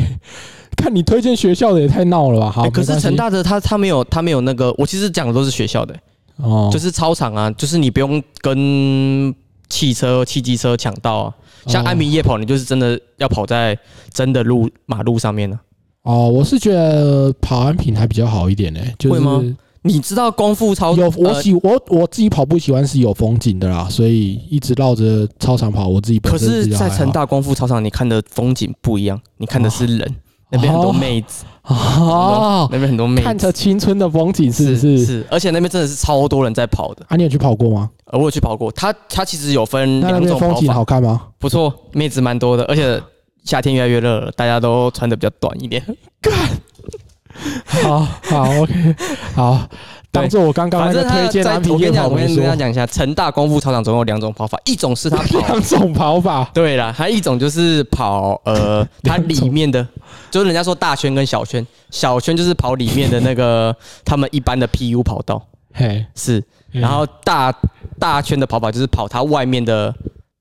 S2: 看你推荐学校的也太闹了吧？好，
S1: 欸可
S2: 没
S1: 是
S2: 关系
S1: 成大的他他没有他没有那个，我其实讲的都是学校的、
S2: 哦，
S1: 就是操场啊，就是你不用跟汽车、汽机车抢道啊。像安
S2: 明
S1: 平夜跑，你就是真的要跑在真的路马路上面呢、啊
S2: 哦，我是觉得跑安平还比较好一点呢、就
S1: 会
S2: 是
S1: 吗你知道光复操
S2: 有我
S1: 呃
S2: 喜、我我自己跑步喜欢是有风景的啦，所以一直绕着操场跑，我自己本
S1: 可
S2: 身
S1: 是，
S2: 比较
S1: 在
S2: 还
S1: 成
S2: 好
S1: 大光复操场，你看的风景不一样，你看的是人，那边很多妹子，
S2: 啊哦，
S1: 那边很多妹
S2: 看着
S1: 子，
S2: 青春的风景是不
S1: 是
S2: 是？
S1: 而且那边真的是超多人在跑的，
S2: 啊，你有去跑过吗？
S1: 呃，我有去跑过，它它其实有分
S2: 那那
S1: 嗯两
S2: 边
S1: 种
S2: 风
S1: 跑
S2: 景
S1: 法，
S2: 好
S1: [laughs]
S2: 看吗？
S1: 不错，妹子蛮多的，而且夏天越来越热了，大家都穿的比较短一点，
S2: 好好 OK，好，当做我刚刚
S1: 反
S2: 那个
S1: 正它
S2: 推荐
S1: 在
S2: 安平
S1: 我跟
S2: 夜
S1: 你讲，
S2: 跑
S1: 我跟
S2: 没
S1: 大
S2: 说
S1: 家讲一下，成大光复操场总共有两种跑法，一种是它跑
S2: [laughs] 两种跑
S1: [laughs]
S2: 法，
S1: 对啦，它一种就是跑呃，它里面的，就是人家说大圈跟小圈，小圈就是跑里面的那个 [laughs] 他们一般的 PU 跑道
S2: 嘿，
S1: 是，
S2: 嗯
S1: 然后大大圈的跑法就是跑它外面的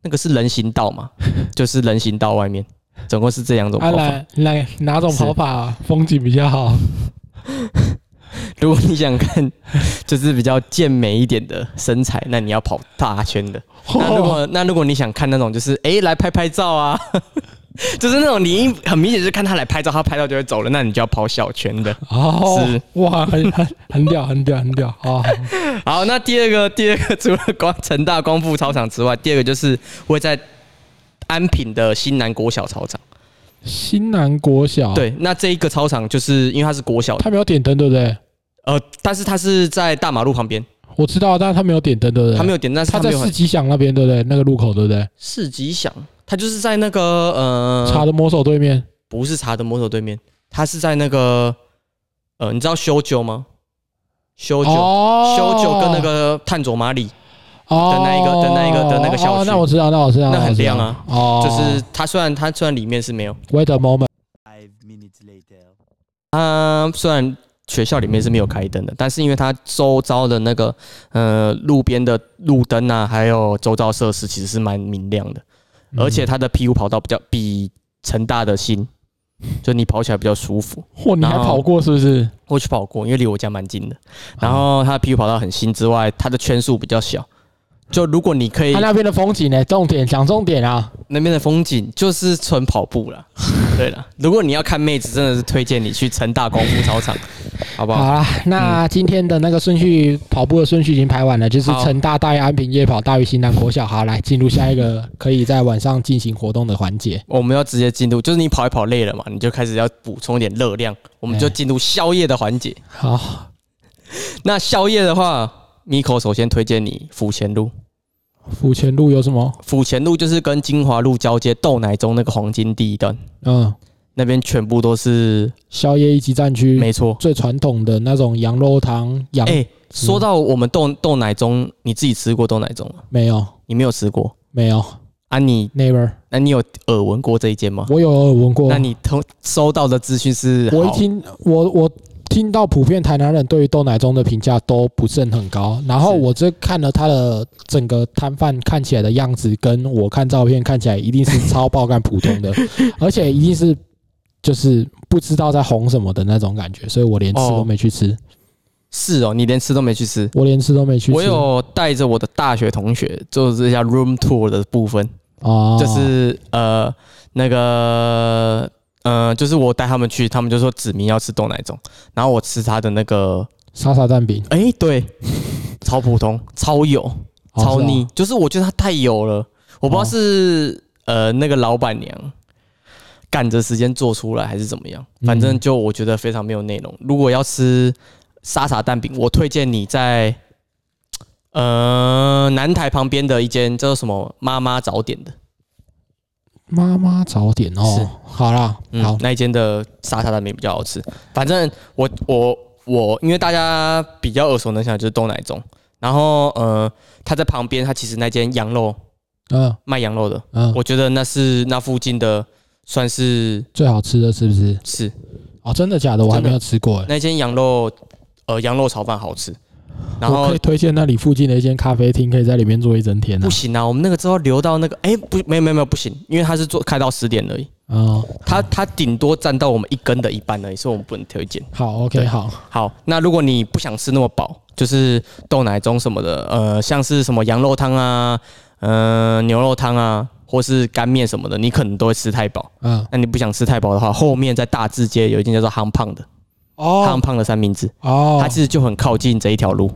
S1: 那个是人行道嘛，就是人行道外面，总共是这两种
S2: 啊
S1: 跑法。
S2: 来来哪种跑法、风景比较好？
S1: 如果你想看 [laughs] 就是比较健美一点的身材，那你要跑大圈的。 [laughs]
S2: [laughs]
S1: 那如果那如果你想看那种就是哎、诶来拍拍照啊， [laughs] 就是那种你一很明显就是看他来拍照，他拍照就会走了，那你就要跑小圈
S2: [laughs]
S1: 的。
S2: 哦
S1: 是，
S2: 哇，很很很屌，很屌，很屌啊！
S1: 好，那第二个第二个 [laughs] 除了光成大光复操场之外，第二个就是会在安平的新南国小操场。
S2: 新南国小，，
S1: 对，那这一个操场就是因为它是国小的，
S2: 他没有点灯，对不对？
S1: 呃，但是它是在大马路旁边，我
S2: 我知道，但是他没有点灯，对不对？
S1: 它没有点，但是
S2: 他
S1: 它
S2: 在
S1: 没有嗯
S2: 市
S1: 很
S2: 吉祥那边，对不对？那个路口，对不对？
S1: 市吉祥，它就是在那个呃
S2: 茶的魔手对面，
S1: 不是茶的魔手对面，它是在那个呃，你知道修九吗？修九、
S2: 哦
S1: 修九跟那个探索马里，
S2: 哦
S1: 的那一个的那一个的那个小区
S2: 哦那我知道，那我知道，
S1: 那很
S2: 我知道
S1: 亮啊
S2: 哦，
S1: 就是它虽然它虽然里面是没有，
S2: wait a moment，
S3: Five minutes later.
S1: 它虽然学校里面是没有开灯的，但是因为它周遭的那个呃路边的路灯啊，还有周遭设施其实是蛮明亮的，
S2: 嗯
S1: 而且它的 PU 跑道比较比成大的新，就你跑起来比较舒服。
S2: 嚯，你还
S1: 然后
S2: 跑过是不是？
S1: 我去跑过，因为离我家蛮近的。然后它的 PU 跑道很新之外，它的圈数比较小。就如果你可以
S2: 他啊那边的风景呢？重点讲重点啊！
S1: 那边的风景，就是纯跑步啦。对啦，如果你要看妹子，真的是推荐你去成大功夫操场，好不好？
S2: 好啦，那今天的那个顺序，跑步的顺序已经排完了，就是
S1: 好
S2: 成大大于安平夜跑大于新南国小。好，来进入下一个可以在晚上进行活动的环节。
S1: 我们要直接进入，就是你跑一跑累了嘛，你就开始要补充一点热量，我们就进入宵夜的环节。
S2: 好，
S1: 那宵夜的话，Miko 首先推荐你府前路。
S2: 府前路有什么？
S1: 府前路就是跟金华路交接豆奶中那个黄金地段，
S2: 嗯，
S1: 那边全部都是，
S2: 宵夜一级战区
S1: 没错，
S2: 最传统的那种羊肉汤，羊、
S1: 哎、说到我们豆豆奶盅，你自己吃过豆奶盅吗？
S2: 没有
S1: 你没有吃过
S2: 没有
S1: 啊你？
S2: ，never，
S1: 那你有耳闻过这一间吗？
S2: 我有闻过
S1: 那。你通收到的资讯是
S2: 我已
S1: 好
S2: 经我我听到普遍台南人对于豆奶中的评价都不是很高。然后
S1: 是
S2: 我这看了他的整个摊贩看起来的样子，跟我看照片看起来一定是超爆干普
S1: [laughs]
S2: 通的，而且一定是就是不知道在红什么的那种感觉，所以我连吃都
S1: 哦
S2: 没
S1: [laughs]
S2: 去吃，
S1: 是哦，你连吃都没去吃。
S2: 我连吃都没去吃。
S1: 我有带着我的大学同学做这下 room tour 的部分，
S2: 哦，
S1: 就是呃那个呃，就是我带他们去，他们就说指明要吃豆奶粽，然后我吃他的那个，
S2: 沙沙蛋饼，
S1: 哎、对，超普通，超油，
S2: 哦
S1: 超腻，
S2: 是哦
S1: 就是我觉得它太油了，我不知道是、呃那个老板娘赶着时间做出来还是怎么样，反正
S2: 嗯
S1: 就我觉得非常没有内容。如果要吃沙茶蛋饼，我推荐你在呃南台旁边的一间叫做什么妈妈早点的，
S2: 妈妈早点
S1: 是
S2: 哦，好啦，
S1: 嗯，
S2: 好，
S1: 那一间的沙茶蛋饼比较好吃。反正我我我，因为大家比较耳熟能详的就是豆奶粽，然后呃他在旁边，他其实那间羊肉
S2: 嗯
S1: 卖羊肉的。
S2: 嗯，
S1: 我觉得那是那附近的，算是
S2: 最好吃的是不是？
S1: 是
S2: 哦，真的假的？我还
S1: 真的
S2: 没有吃过哎。
S1: 那间羊肉，呃，羊肉炒饭好吃。然
S2: 我
S1: 后
S2: 可以推荐那里附近的一间咖啡厅，可以在里面坐一整天呢
S1: 不。行啊，我们那个之后留到那个，哎、不，没有没有没有，不行，因为他是做开到十点而已，
S2: 嗯，
S1: 他他顶多占到我们一根的一半而已，所以我们不能推荐。
S2: 好，OK，
S1: 对
S2: 好，
S1: 好，那如果你不想吃那么饱，就是豆奶盅什么的，呃，像是什么羊肉汤啊，呃，牛肉汤啊，或是干面什么的，你可能都会吃太饱。
S2: 嗯，
S1: 那你不想吃太饱的话，后面在大智街有一间叫做夯胖的，夯
S2: 哦，
S1: 胖的三明治，
S2: 哦
S1: 它，其实就很靠近这一条路。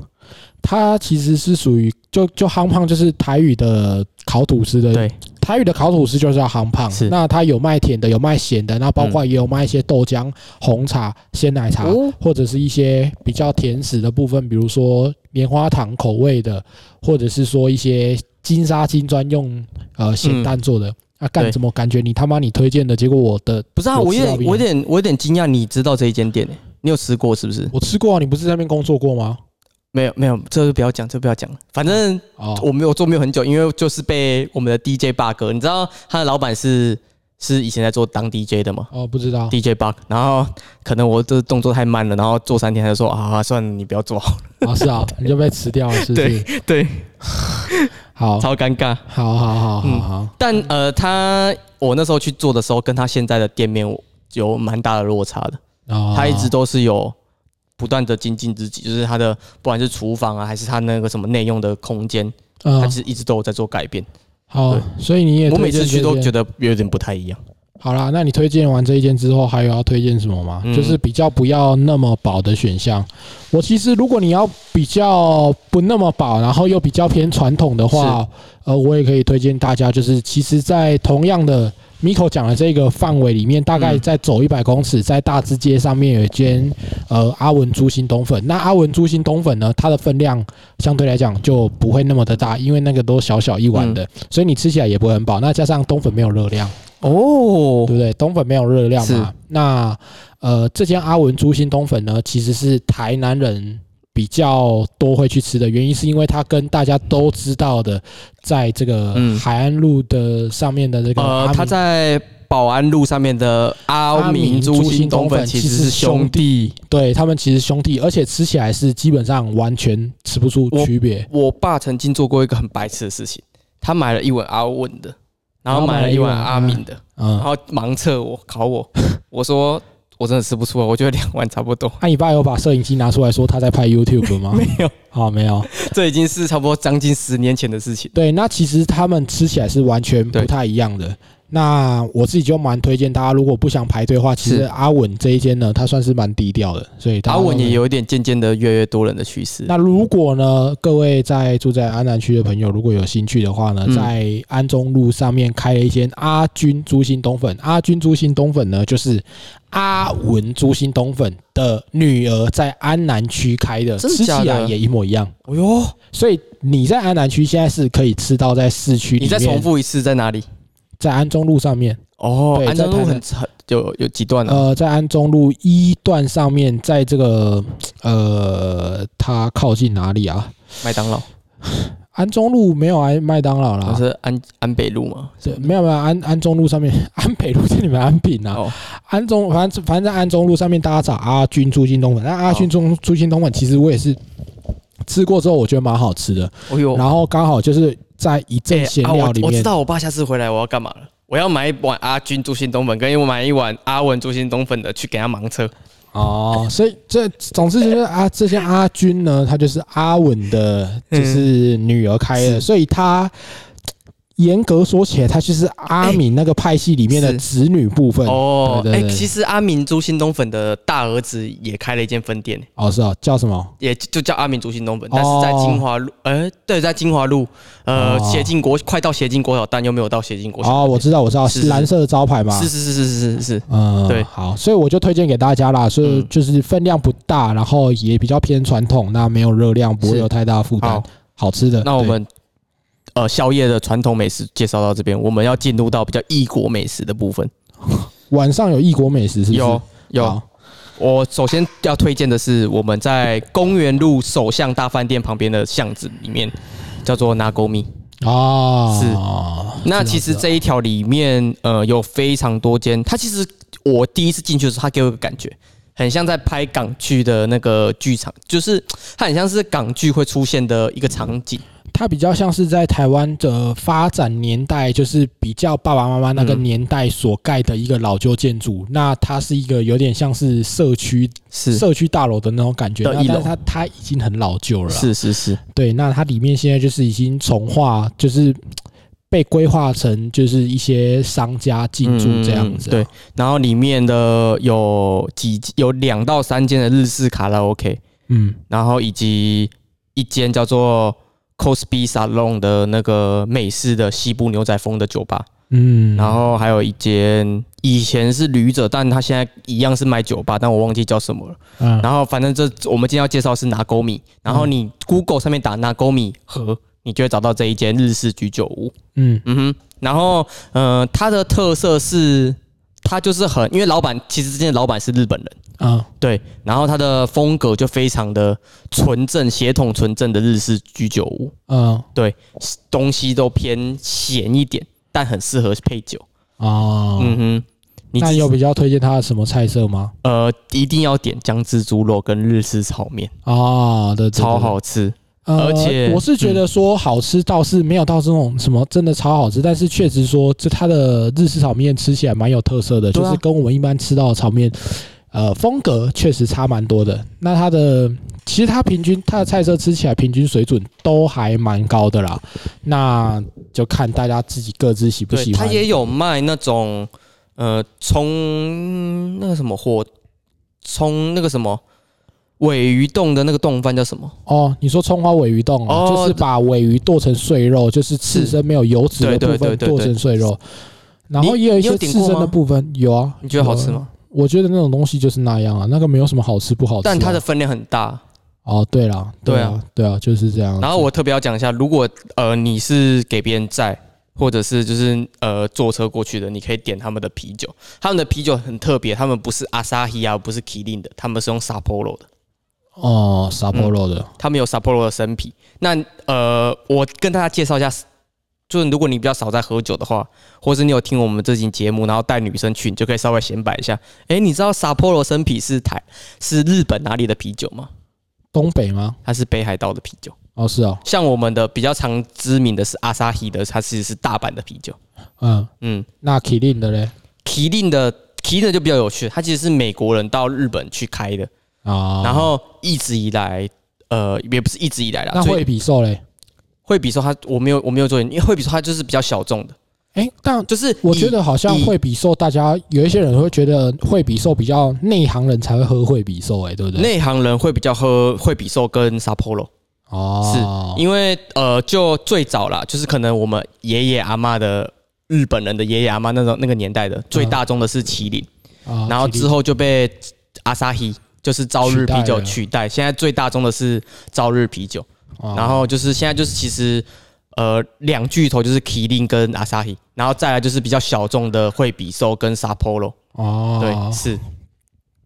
S2: 它其实是属于就就夯胖，就是台语的烤吐司的，
S1: 对，
S2: 台语的烤吐司就是叫夯胖
S1: 是。
S2: 那它有卖甜的，有卖咸的，那包括也有卖一些豆浆、红茶、鲜奶茶，
S1: 哦
S2: 或者是一些比较甜食的部分，比如说棉花糖口味的，或者是说一些金沙金砖用呃咸蛋做的。啊，干
S1: 嗯对
S2: 怎么感觉你他妈你推荐的，结果我的
S1: 不是啊，
S2: 有
S1: 我
S2: 吃
S1: 有
S2: 到
S1: 点，
S2: 冰
S1: 我有点，我有点惊讶，你知道这一间店、欸？你有吃过是不是？
S2: 我吃过啊，你不是在那边工作过吗？
S1: 没有，没有，这就不要讲，这不要讲。反正
S2: 哦，
S1: 我没有做没有很久，因为就是被我们的 DJ bug，你知道他的老板是是以前在做当 DJ 的嘛
S2: 哦，不知道。
S1: ？DJ bug，然后可能我这动作太慢了，然后做三天他就说啊，算了，你不要做好了，
S2: [laughs] 哦，是啊，你就被辞掉了，是不是？
S1: 对，
S2: 好，好，
S1: 超尴尬。
S2: 好，好，好，
S1: 嗯
S2: 好，
S1: 但呃，他我那时候去做的时候，跟他现在的店面我有蛮大的落差的。
S2: 哦
S1: 他一直都是有不断的精进自己，就是他的不管是厨房啊，还是他那个什么内用的空间，他
S2: 嗯
S1: 其，实一直都有在做改变。
S2: 好，所以你也
S1: 我每次去都觉
S2: 得
S1: 得有点不太一样。
S2: 好啦。那你推荐完这一间之后，还有要推荐什么吗？
S1: 嗯
S2: 就是比较不要那么饱的选项。我其实如果你要比较不那么饱，然后又比较偏传统的话，呃，我也可以推荐大家，就是其实，在同样的 Miko 讲的这个范围里面，大概
S1: 嗯
S2: 在走一百公尺，在大直街上面有一间呃阿文猪心冬粉。那阿文猪心冬粉呢，它的分量相对来讲就不会那么的大，因为那个都小小一碗
S1: 嗯
S2: 的，所以你吃起来也不会很饱。那加上冬粉没有热量，
S1: 哦
S2: 对不对？冬粉没有热量
S1: 是
S2: 嘛。那呃，这间阿文猪心冬粉呢，其实是台南人比较多会去吃的原因，是因为它跟大家都知道的，在这个
S1: 嗯
S2: 海岸路的上面的这个阿
S1: 呃，
S2: 明
S1: 他在保安路上面的阿明猪心冬粉其实是兄弟。
S2: 对他们其实兄弟，而且吃起来是基本上完全吃不出
S1: 我
S2: 区别。
S1: 我爸曾经做过一个很白痴的事情，他买了一碗阿文的，然后买了一碗阿明的，然
S2: 嗯，
S1: 后盲测我考我，我说我真的吃不出来，我觉得两碗差不多。 [laughs]
S2: 那、你爸有把摄影机拿出来说他在拍 YouTube 吗？没
S1: 有，
S2: 好、没有。
S1: 这已经是差不多将近十年前的事情。
S2: 对，那其实他们吃起来是完全不
S1: 对
S2: 太一样的。那我自己就蛮推荐大家，如果不想排队的话，其实
S1: 是
S2: 阿稳这一间呢，它算是蛮低调的，所以大家
S1: 达文
S2: 都可
S1: 也。
S2: 以
S1: 有一点渐渐的越来越多人的趋势。
S2: 啊那如果呢，各位在住在安南区的朋友，如果有兴趣的话呢，
S1: 嗯
S2: 在安中路上面开了一间阿军猪心冬粉。阿军猪心冬粉呢，就是阿文猪心冬粉的女儿在安南区开的，
S1: 真的
S2: 吃
S1: 假
S2: 起来
S1: 的
S2: 也一模一样。
S1: 哦哟，
S2: 所以你在安南区现在是可以吃到在市区里
S1: 你
S2: 面，
S1: 再重复一次在哪里？
S2: 在安中路上面，
S1: 哦
S2: 对，
S1: 安
S2: 在
S1: 江路
S2: 台
S1: 很
S2: 南
S1: 很有有几段啊？
S2: 呃，在安中路一段上面，在这个呃，它靠近哪里啊？
S1: 麦当劳
S2: 安中路没有安麦当劳
S1: 我
S2: 啦，
S1: 哦是安安北路嘛，
S2: 对，没有没有安安中路上面 [laughs] 安北路是你们安平啊，
S1: 哦，
S2: 安中反正反正在安中路上面大家找阿军猪筋冬粉，那阿军猪猪筋冬粉其实我也是吃过之后我觉得蛮好吃的，
S1: 哦呦，
S2: 然后刚好就是在一阵
S1: 哎
S2: 闲
S1: 啊
S2: 聊
S1: 我
S2: 里
S1: 我知
S2: 面，
S1: 道我爸下次回来我要干嘛了。我要买一碗阿军猪心冬粉，跟我买一碗阿文猪心冬粉的去给他盲测。
S2: 哦，所以这总之就是啊，这些阿军呢，她就是阿文的，就是女儿开的，
S1: 嗯是
S2: 所以她严格说起来，她就是阿敏那个派系里面的
S1: 哎是
S2: 子女部分。
S1: 哦，
S2: 对
S1: 哎、
S2: 对对
S1: 其实阿明猪心冬粉的大儿子也开了一间分店，
S2: 哦，是哦，叫什么？
S1: 也就叫阿明竹心东本，
S2: 哦
S1: 但是在金华路，哎、对，在金华路，呃，
S2: 哦
S1: 协进国快到协进国小，但又没有到协进国小。
S2: 哦，我知道，我知道，
S1: 是
S2: 是蓝色的招牌嘛。
S1: 是是是是是是是，
S2: 嗯，
S1: 对
S2: 好，所以我就推荐给大家啦，所以
S1: 嗯
S2: 就是分量不大，然后也比较偏传统，那没有热量，不会
S1: 是
S2: 有太大的负担
S1: 好，
S2: 好吃的。
S1: 那我
S2: 对
S1: 们呃宵夜的传统美食介绍到这边，我们要进入到比较异国美食的部分。
S2: 晚上有异国美食，是不是？
S1: 有有
S2: 好，，
S1: 我首先要推荐的是我们在公园路首相大饭店旁边的巷子里面，叫做 Nagomi。
S2: 哦，是
S1: 那其实这一条里面，呃，有非常多间。它其实我第一次进去的时候，它给我一个感觉，很像在拍港剧的那个剧场，就是它很像是港剧会出现的一个场景。
S2: 它比较像是在台湾的发展年代，就是比较爸爸妈妈那个
S1: 嗯
S2: 年代所盖的一个老旧建筑。那它是一个有点像是社区
S1: 是
S2: 社区大楼的那种感觉，
S1: 的
S2: 那
S1: 一
S2: 但
S1: 楼
S2: 是它它已经很老旧了啦。
S1: 是是是，
S2: 对，那它里面现在就是已经从化，就是被规划成就是一些商家进驻这样子、
S1: 嗯
S2: 啊
S1: 对，，然后里面的有几有两到三间的日式卡拉 OK，
S2: 嗯，
S1: 然后以及一间叫做 Cosby Salon 的那个美式的西部牛仔风的酒吧。
S2: 嗯，
S1: 然后还有一间以前是旅者，但他现在一样是卖酒吧，但我忘记叫什么了。
S2: 嗯，
S1: 然后反正这我们今天要介绍是拿勾米，然后你 Google 上面打拿勾米和，你就会找到这一间日式居酒屋。
S2: 嗯
S1: 嗯哼，然后呃，它的特色是它就是很，因为老板其实这间老板是日本人。
S2: 啊，
S1: 对，然后它的风格就非常的纯正、血统纯正的日式居酒屋，
S2: 嗯，
S1: 东西都偏咸一点，但很适合配酒。
S2: 哦，
S1: 嗯哼，你
S2: 那
S1: 自己
S2: 有比较推荐它的什么菜色吗？
S1: 呃，一定要点姜汁猪肉跟日式炒面，
S2: 哦，对，对
S1: 超。
S2: 对
S1: 好吃。
S2: 呃
S1: 而且
S2: 我是觉得说好吃倒是没有到这种什么真的超好吃，但是确实说这它的日式炒面吃起来蛮有特色的，
S1: 对
S2: 就
S1: 啊
S2: 是跟我们一般吃到的炒面，呃，风格确实差蛮多的。那它的其实它平均它的菜色吃起来平均水准都还蛮高的啦，那就看大家自己各自喜不
S1: 对，
S2: 喜
S1: 它
S2: 欢。
S1: 也有卖那种呃葱那个什么火葱那个什么尾鱼冻的那个冻饭叫什么？
S2: 哦，你说葱花尾鱼冻哦，
S1: 哦
S2: 就是把尾鱼剁成碎肉，就是刺身没有油脂的
S1: 对
S2: 部
S1: 对
S2: 分
S1: 对对
S2: 剁成碎肉，然后
S1: 你
S2: 也有一
S1: 你有
S2: 些
S1: 点
S2: 刺
S1: 过
S2: 身的
S1: 吗
S2: 部分有啊，
S1: 你觉得好吃
S2: 有啊
S1: 吗？
S2: 我觉得那种东西就是那样啊，那个没有什么好吃不好吃啊、
S1: 但它的分量很大。
S2: 哦，对啦，对
S1: 对
S2: 啊
S1: 啊，
S2: 对啊，就是这样子。
S1: 然后我特别要讲一下，如果呃你是给别人载，或者是就是呃坐车过去的，你可以点他们的啤酒。他们的啤酒很特别，他们不是阿萨希啊，不是麒麟的，他们是用 Sapporo 的，
S2: 哦，沙波肉的，
S1: 他们有 Sapporo 的生啤。那呃，我跟大家介绍一下，就是如果你比较少在喝酒的话，或是你有听我们这期节目，然后带女生去，你就可以稍微显摆一下。诶，你知道 Sapporo 生啤是台是日本哪里的啤酒吗？
S2: 东北吗？
S1: 它是北海道的啤酒。
S2: 哦，是哦，
S1: 像我们的比较常知名的是阿萨希的，它其实是大阪的啤酒。
S2: 嗯，
S1: 嗯，
S2: 那麒麟的嘞？
S1: 麒麟的麒麟的就比较有趣，它其实是美国人到日本去开的，
S2: 啊，
S1: 然后一直以来，呃，也不是一直以来啦，
S2: 那
S1: 所以
S2: 惠比寿嘞？
S1: 惠比寿它我没有我没有做研究，因为惠比寿它就是比较小众的，
S2: 哎，但
S1: 就是
S2: 我
S1: 以
S2: 觉得好像
S1: 以
S2: 惠比寿，大家有一些人会觉得惠比寿比较内行人才会喝惠比寿，哎，对不对？
S1: 内行人会比较喝惠比寿跟 Sapporo，
S2: 哦，
S1: 因为呃，就最早啦，就是可能我们爷爷阿妈的日本人的爷爷阿妈那种那个年代的最大众的是麒麟。
S2: 啊
S1: 然后之后就被阿萨希就是朝日啤酒取代，现在最大宗的是朝日啤酒，
S2: 麒麟
S1: 然后就是现在就是其实呃两巨头就是麒麟跟阿萨希，然后再来就是比较小众的惠比寿跟 Sapporo，
S2: 哦，
S1: 对，是，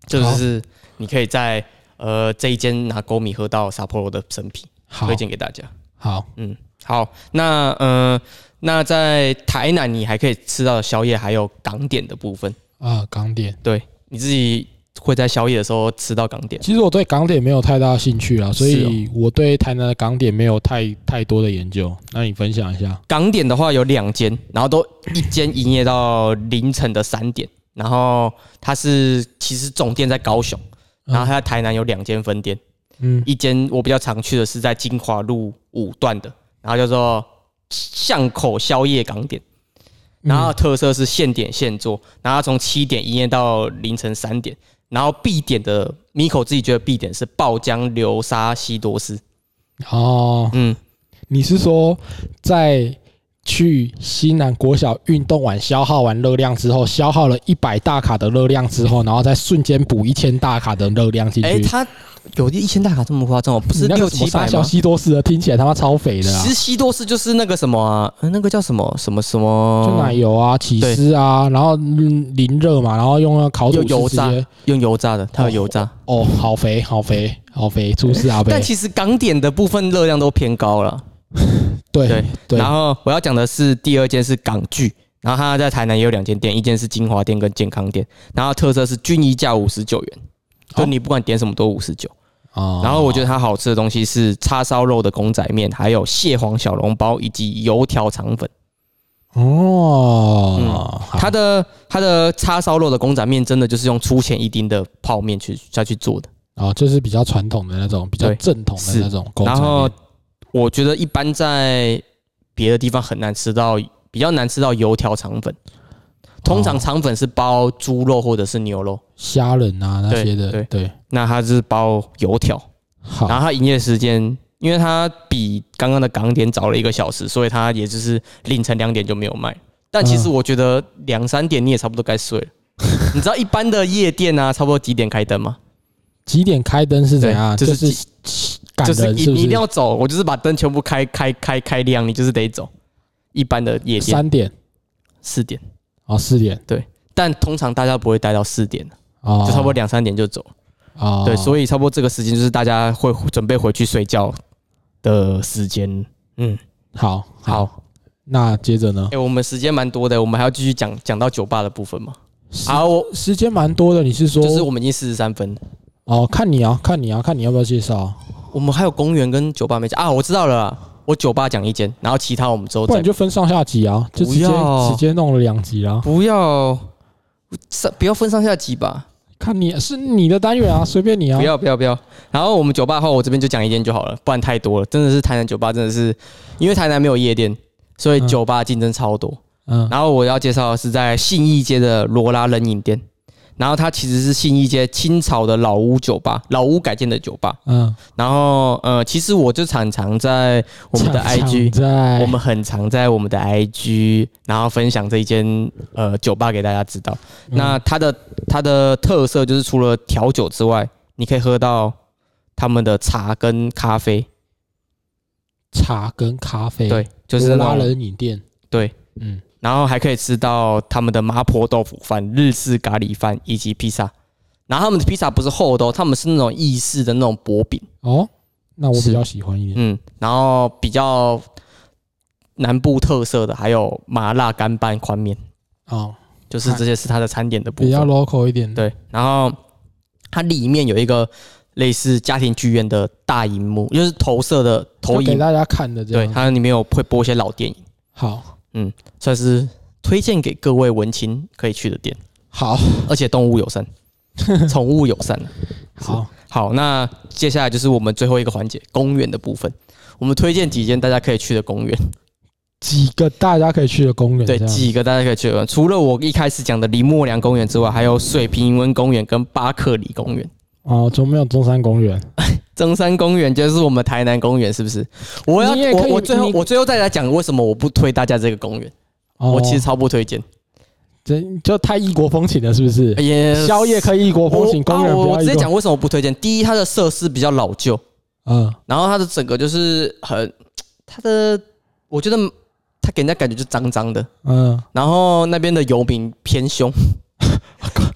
S1: 这就是你可以在呃这一间拿勾米喝到 Sapporo 的生啤，
S2: 好
S1: 推荐给大家。
S2: 好，
S1: 嗯，好，那呃，那在台南你还可以吃到的宵夜，还有港点的部分，
S2: 啊，港点。
S1: 对你自己会在宵夜的时候吃到港点。
S2: 其实我对港点没有太大兴趣啊，所
S1: 是哦
S2: 以我对台南的港点没有太太多的研究。那你分享一下？
S1: 港点的话有两间，然后都一间营业到凌晨的三点，然后它是其实总店在高雄，然后它在台南有两间分店，
S2: 嗯，
S1: 一间我比较常去的是在金华路五段的，然后叫做巷口宵夜港点，然后特色是现点现做，然后它从七点营业到凌晨三点，然后必点的 Miko 自己觉得必点是爆浆流沙西多士，
S2: 哦，
S1: 嗯，
S2: 你是说在去西南国小运动完消耗完热量之后，消耗了一百大卡的热量之后，然后再瞬间补一千大卡的热量进去？
S1: 哎、它有一千大卡这么夸张哦，不是
S2: 你那
S1: 六
S2: 个什么
S1: 七
S2: 沙
S1: 百
S2: 小
S1: 吗？
S2: 西多士的，听起来他妈超肥的、啊
S1: 其，实西多士就是那个什么、啊，呃那个叫什么什么什么，
S2: 就奶油啊、起司啊，然后嗯淋热嘛，然后用那个烤吐
S1: 有油
S2: 司直
S1: 炸
S2: 接，
S1: 用油炸的，它有油炸。
S2: 哦，好肥，好肥，好肥，厨师阿贝
S1: 但，其实港点的部分热量都偏高了。
S2: 对
S1: 对
S2: 对
S1: 然，后我要讲的是第二间是港剧，然后它在台南也有两间店，一间是金华店跟健康店，然后特色是均一价五十九元，就
S2: 哦
S1: 你不管点什么都五十九。
S2: 哦
S1: 然后我觉得它好吃的东西是叉烧肉的公仔面，还有蟹黄小笼包以及油条肠粉。嗯
S2: 哦，好
S1: 它的它的叉烧肉的公仔面真的就是用粗浅一丁的泡面去下去做的。
S2: 哦，就是比较传统的那种，比较
S1: 对
S2: 正统的
S1: 是
S2: 那种公仔
S1: 然后
S2: 面。
S1: 我觉得一般在别的地方很难吃到，比较难吃到油条肠粉。通常
S2: 哦
S1: 肠粉是包猪肉或者是牛肉，
S2: 虾仁啊那些的，
S1: 对
S2: 对，
S1: 那它是包油条。
S2: 好
S1: 然后它营业时间，因为它比刚刚的港点早了一个小时，所以它也就是凌晨两点就没有卖。但其实我觉得两三点你也差不多该
S2: [laughs]
S1: 睡了。你知道一般的夜店啊，差不多几点开灯吗？
S2: 几点开灯是怎样？
S1: 对
S2: 就
S1: 就是是
S2: 感
S1: 就是
S2: 人
S1: 你
S2: 是不
S1: 你一定
S2: 是？
S1: 要走，我就是把灯全部开开开开亮，你就是得走。一般的夜店
S2: 三点
S1: 四点，
S2: 哦，四点
S1: 但通常大家不会待到四点，
S2: 哦，
S1: 就差不多两三点就走。
S2: 哦，
S1: 对，所
S2: 以
S1: 以差不多这个时间就是大家会准备回去睡觉的时间。嗯，
S2: 好
S1: 好，，
S2: 那接着呢
S1: 哎、？我们时间蛮多的，我们还要继续讲讲到酒吧的部分嘛？
S2: 时
S1: 好，我
S2: 时间蛮多的，你是说
S1: 就是我们已经四十三分了，
S2: 哦？看你啊，看你啊，看你要不要介绍啊？
S1: 我们还有公园跟酒吧没讲啊，我知道了啦，我酒吧讲一间，然后其他我们之后
S2: 不
S1: 再
S2: 然就分上下集啊，就直接
S1: 不要
S2: 直接弄了两集啊。
S1: 不要上不要分上下集吧，
S2: 看你是你的单
S1: [laughs]
S2: 元啊，随便你啊
S1: 不。要不要不要。然后我们酒吧的话，我这边就讲一间就好了，不然太多了。真的是台南酒吧真的是，因为台南没有夜店，所以
S2: 嗯
S1: 酒吧竞争超多。
S2: 嗯，
S1: 然后我要介绍的是在信义街的罗拉冷饮店，然后它其实是信义街清朝的老屋酒吧，老屋改建的酒吧。
S2: 嗯，
S1: 然后呃，其实我就常常在我们的
S2: 常常
S1: IG，
S2: 在
S1: 我们很常在我们的 IG，然后分享这一间呃酒吧给大家知道。
S2: 嗯
S1: 那它的它的特色就是除了调酒之外，你可以喝到他们的茶跟咖啡，
S2: 茶跟咖啡，
S1: 对，，就是那
S2: 拉
S1: 种
S2: 人饮店，
S1: 对，
S2: 嗯，
S1: 然后还可以吃到他们的麻婆豆腐饭、日式咖喱饭以及披萨。然后他们的披萨不是厚的哦，他们是那种意式的那种薄饼，
S2: 哦，那我
S1: 是
S2: 比较喜欢一点。
S1: 嗯，然后比较南部特色的还有麻辣干拌宽面，
S2: 哦，
S1: 就是这些是它的餐点的部
S2: 比较
S1: 分。
S2: local 一点。，
S1: 对，然后它里面有一个类似家庭剧院的大荧幕，就是投射的投
S2: 给
S1: 影，
S2: 大家看的这
S1: 对，
S2: 样。
S1: 它里面有会播一些老电影，
S2: 好，
S1: 算是推荐给各位文青可以去的店，
S2: 好，
S1: 而且动物友
S2: [laughs]
S1: 善，宠物友善。
S2: 好，
S1: 好，那接下来就是我们最后一个环节，公园的部分。我们推荐几间大家可以去的公园，
S2: 几个大家可以去的公园，
S1: 对，
S2: 这样
S1: 几个大家可以去的。除了我一开始讲的林默良公园之外，还有水平温公园跟巴克里公园。
S2: 哦，总没有中山公园。
S1: 中山公园就是我们台南公园，是不是？我要
S2: 你也可以
S1: 我我最后
S2: 你
S1: 我最后再来讲为什么我不推大家这个公园，
S2: 哦
S1: 我其实超不推荐。呃
S2: 这就太异国风情了，是不
S1: 哎
S2: 是？
S1: 也
S2: 宵夜可以异国风情，公园
S1: 我哦
S2: 不
S1: 我
S2: 要
S1: 直
S2: 异
S1: 接
S2: 国。
S1: 讲为什么不推荐。第一，它的设施比较老旧，
S2: 嗯，
S1: 然后它的整个就是很它的，我觉得嗯它给人家感觉就脏脏的。
S2: 嗯 [laughs]
S1: 然后那边的游民偏凶，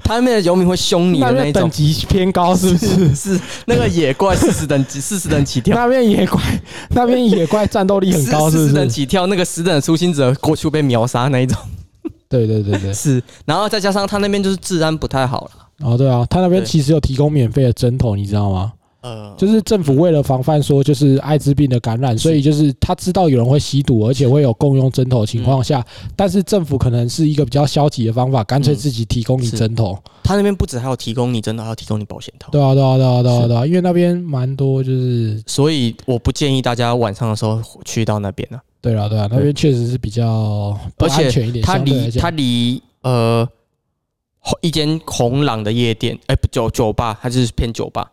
S1: 他们的游民会凶你的
S2: 那
S1: 那
S2: 边
S1: 一
S2: 等
S1: 种，
S2: 级偏高是 [laughs] 不是？
S1: 是那个野怪四十等级，四十等起跳，
S2: 那边野怪，那边野怪战斗力很
S1: [laughs]
S2: 高，是
S1: 四
S2: 不
S1: 十等
S2: 是？
S1: 起跳，那个十等的初心者过去被秒杀那一种，
S2: 对对对对，
S1: 是，然后再加上他那边就是治安不太好了，
S2: 哦对啊，他那边
S1: 对
S2: 其实有提供免费的针头，你知道吗？
S1: 呃，
S2: 就是政府为了防范说就是艾滋病的感染，所以就是他知道有人会吸毒，而且会有共用针头的情况下，
S1: 嗯
S2: 但是政府可能是一个比较消极的方法，干脆自己提供你
S1: 是
S2: 针头。
S1: 他那边不止还有提供你真的，还有提供你保险套，
S2: 对啊，对啊，对啊，对啊，
S1: 是
S2: 对啊，因为那边蛮多就是。
S1: 所以我不建议大家晚上的时候去到那边啊，
S2: 对啊，对啊，那边确实是比较不
S1: 而且
S2: 安全一点，
S1: 它
S2: 相对来
S1: 离
S2: 讲
S1: 它离呃红一间红朗的夜店，哎、不酒酒吧，它就是偏酒吧。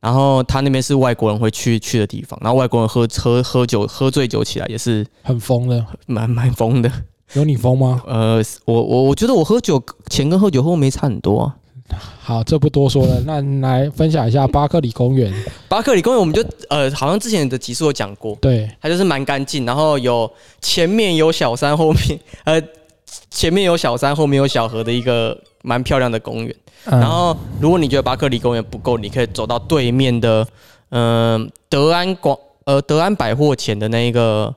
S1: 然后它那边是外国人会去去的地方，然后外国人喝喝喝酒喝醉酒起来也是
S2: 很疯的，
S1: 蛮蛮疯的。
S2: 有你疯吗？
S1: 呃，我我我觉得我喝酒前跟喝酒后没差很多、啊。
S2: 好，这不多说了，那来分享一下巴克里公园。
S1: 巴克里公园我们就呃好像之前的集数有讲过，
S2: 对，
S1: 它就是蛮干净，然后有前面有小山，后面 [laughs] 呃前面有小山，后面有小河的一个蛮漂亮的公园。
S2: 嗯、
S1: 然后，如果你觉得巴克利公园不够，你可以走到对面的，嗯、德安广呃德安百货前的那一个，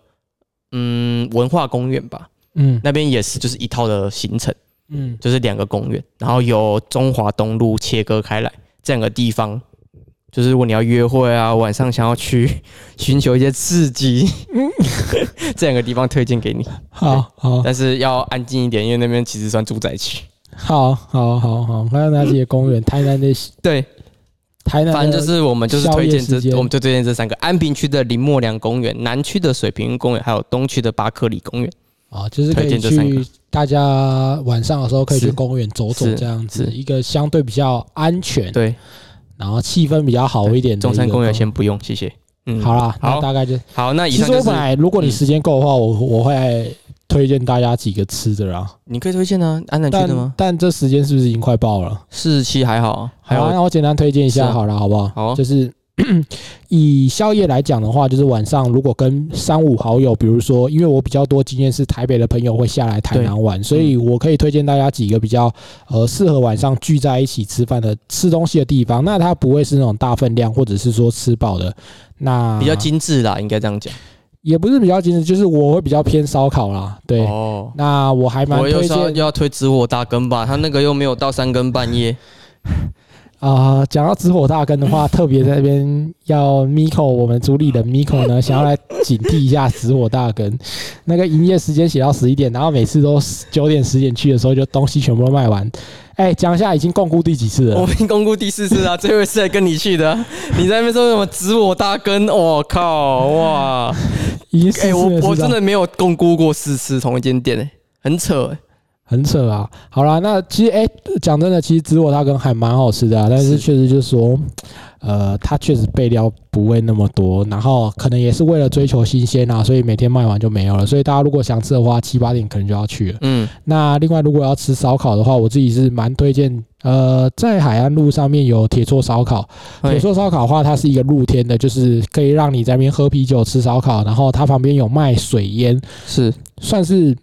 S1: 嗯，文化公园吧，
S2: 嗯
S1: 那边也是就是一套的行程，
S2: 嗯，
S1: 就是两个公园，然后由中华东路切割开来，这两个地方，就是如果你要约会啊，晚上想要去 [laughs] 寻求一些刺激， [laughs] 这两个地方推荐给你，
S2: 好好
S1: 但是要安静一点，因为那边其实算住宅区。
S2: 好好好好，还有哪几个公园？台南的
S1: 对，
S2: 台南的，
S1: 反正就是我们就是
S2: 呃宵夜
S1: 推荐
S2: 时间
S1: 这，我们就推荐这三个：安平区的林默良公园、南区的水平公园，还有东区的巴克里公园。
S2: 啊，就是可
S1: 推
S2: 以
S1: 荐这三个
S2: 去大家晚上的时候可以去
S1: 是
S2: 公园走走
S1: 是
S2: 这样子，
S1: 是
S2: 一个相对比较安全，
S1: 对，
S2: 然后气氛比较好一点的
S1: 中山
S2: 一个
S1: 公园先不用，谢谢。嗯，
S2: 好啦，那
S1: 好
S2: 大概就
S1: 好，那以
S2: 其
S1: 上
S2: 实我
S1: 就是
S2: 本来如果你
S1: 嗯
S2: 时间够的话，我我会推荐大家几个吃的啦，
S1: 你可以推荐啊，安南区的
S2: 但
S1: 吗？
S2: 但这时间是不是已经快爆了？
S1: 四十七还好啊，还
S2: 好啊，
S1: 有
S2: 那我简单推荐一
S1: 是
S2: 下
S1: 啊
S2: 好了，好不好？
S1: 好啊
S2: 就是 [clears throat] 以宵夜来讲的话，就是晚上如果跟三五好友，比如说，因为我比较多经验是台北的朋友会下来台南玩，所以我可以推荐大家几个比较呃适合晚上聚在一起吃饭的吃东西的地方。那它不会是那种大分量，或者是说吃饱的，那
S1: 比较精致啦，应该这样讲。
S2: 也不是比较精致，就是我会比较偏烧烤啦，对。
S1: 哦，
S2: 那我还蛮
S1: 我又
S2: 推
S1: 是
S2: 荐
S1: 要又要推紫火大根吧，他那个又没有到三更半
S2: [laughs]
S1: 夜。
S2: 啊，讲、到直火大根的
S1: [laughs]
S2: 话，特别在这边要 Miko 我们主理人 Miko
S1: [laughs]
S2: 呢，想要来警惕一下直火大根。那个营业时间写到十一点，然后每次都九点十点去的时候，就东西全部都卖完。哎、讲一下已经共估第几次
S1: 我
S2: 了？
S1: 们公估第四 [laughs] 次啊，最后一次还跟你去的啊、你在那边说什么紫火大根？我、靠，
S2: [laughs]
S1: 哇！
S2: 已经四
S1: 哎、
S2: 次
S1: 我
S2: 了，是
S1: 我
S2: 不是啊
S1: 真的没有共估过四次同一间店、欸，很扯、欸。
S2: 很扯啊。好啦，那其实哎，讲、真的，其实紫火大根还蛮好吃的、啊，但是
S1: 是
S2: 确实就是说，呃，它确实备料不会那么多，然后可能也是为了追求新鲜啊，所以每天卖完就没有了。所以大家如果想吃的话，七八点可能就要去了。
S1: 嗯，
S2: 那另外，如果要吃烧烤的话，我自己是蛮推荐，呃，在海岸路上面有铁厝烧烤。铁
S1: 嘿
S2: 厝烧烤的话，它是一个露天的，就是可以让你在那边喝啤酒、吃烧烤，然后它旁边有卖水烟，
S1: 是
S2: 算是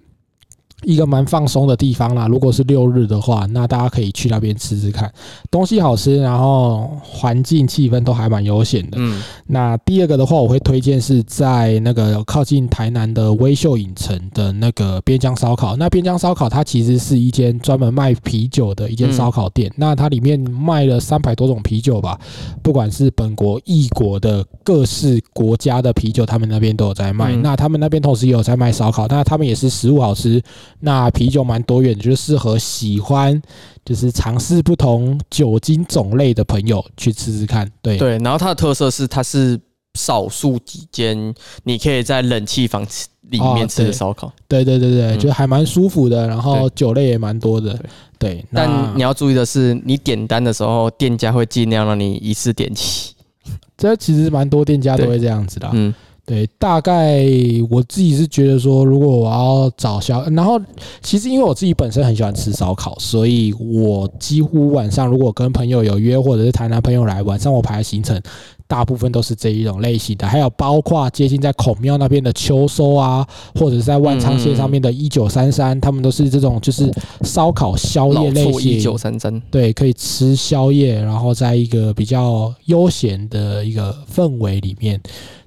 S2: 一个蛮放松的地方啦。如果是六日的话，那大家可以去那边吃吃看，东西好吃，然后环境气氛都还蛮悠闲的。
S1: 嗯
S2: 那第二个的话，我会推荐是在那个靠近台南的微秀影城的那个边疆烧烤。那边疆烧烤它其实是一间专门卖啤酒的一间
S1: 嗯
S2: 烧烤店，那它里面卖了三百多种啤酒吧，不管是本国、异国的各式国家的啤酒，他们那边都有在卖。
S1: 嗯
S2: 那他们那边同时也有在卖烧烤，那他们也是食物好吃，那啤酒蛮多元的，就是适合喜欢就是尝试不同酒精种类的朋友去吃吃看。对。
S1: 对。然后它的特色是它是少数几间你可以在冷气房吃里
S2: 哦
S1: 面吃
S2: 对
S1: 的烧烤，
S2: 对对对对，
S1: 嗯
S2: 就还蛮舒服的，然后
S1: 对
S2: 酒类也蛮多的，对。那
S1: 但你要注意的是，你点单的时候，店家会尽量让你一次点齐。
S2: 这其实蛮多店家都会这样子的啊，
S1: 嗯，
S2: 对。大概我自己是觉得说，如果我要找宵，然后其实因为我自己本身很喜欢吃烧烤，所以我几乎晚上如果跟朋友有约，或者是台南朋友来，晚上我排的行程大部分都是这一种类型的，还有包括接近在孔庙那边的秋收啊，或者是在万昌县上面的一九三三，他们都是这种就是烧烤宵
S1: 老
S2: 夜类
S1: 妇一
S2: 型
S1: 九，三三，
S2: 对，可以吃宵夜，然后在一个比较悠闲的一个氛围里面，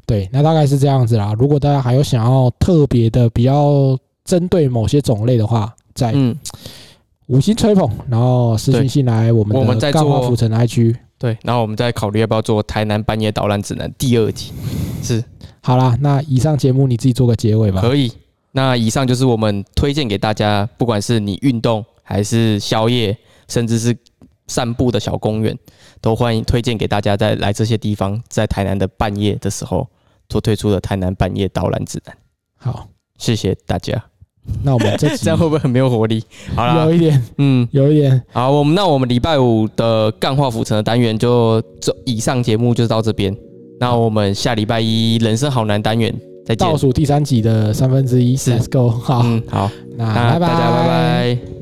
S2: 对，那大概是这样子啦。如果大家还有想要特别的比较针对某些种类的话，在
S1: 嗯，
S2: 五星吹捧，然后私
S1: 对
S2: 讯信来我们
S1: 我们在
S2: 的干化
S1: 做
S2: 浮城 IG。
S1: 对，然后我们再考虑要不要做台南半夜导览指南第二集，是
S2: 好啦，那以上节目你自己做个结尾吧。
S1: 可以。那以上就是我们推荐给大家，不管是你运动还是宵夜，甚至是散步的小公园，都欢迎推荐给大家在来这些地方，在台南的半夜的时候所推出的台南半夜导览指南。
S2: 好，
S1: 谢谢大家，
S2: 那我们这
S1: [laughs]
S2: 集
S1: 这样会不会很没有活力？好啦
S2: 有，一点，
S1: 嗯，
S2: 有一点，
S1: 好，我们那我们礼拜五的干化浮城的单元就这以上节目就到这边，那我们下礼拜一人生好难单元再见
S2: 倒。数第三集的三分之一
S1: 是
S2: ，Let's go。好，
S1: 嗯，好，
S2: 那
S1: 那
S2: 啊拜拜，
S1: 大家拜拜。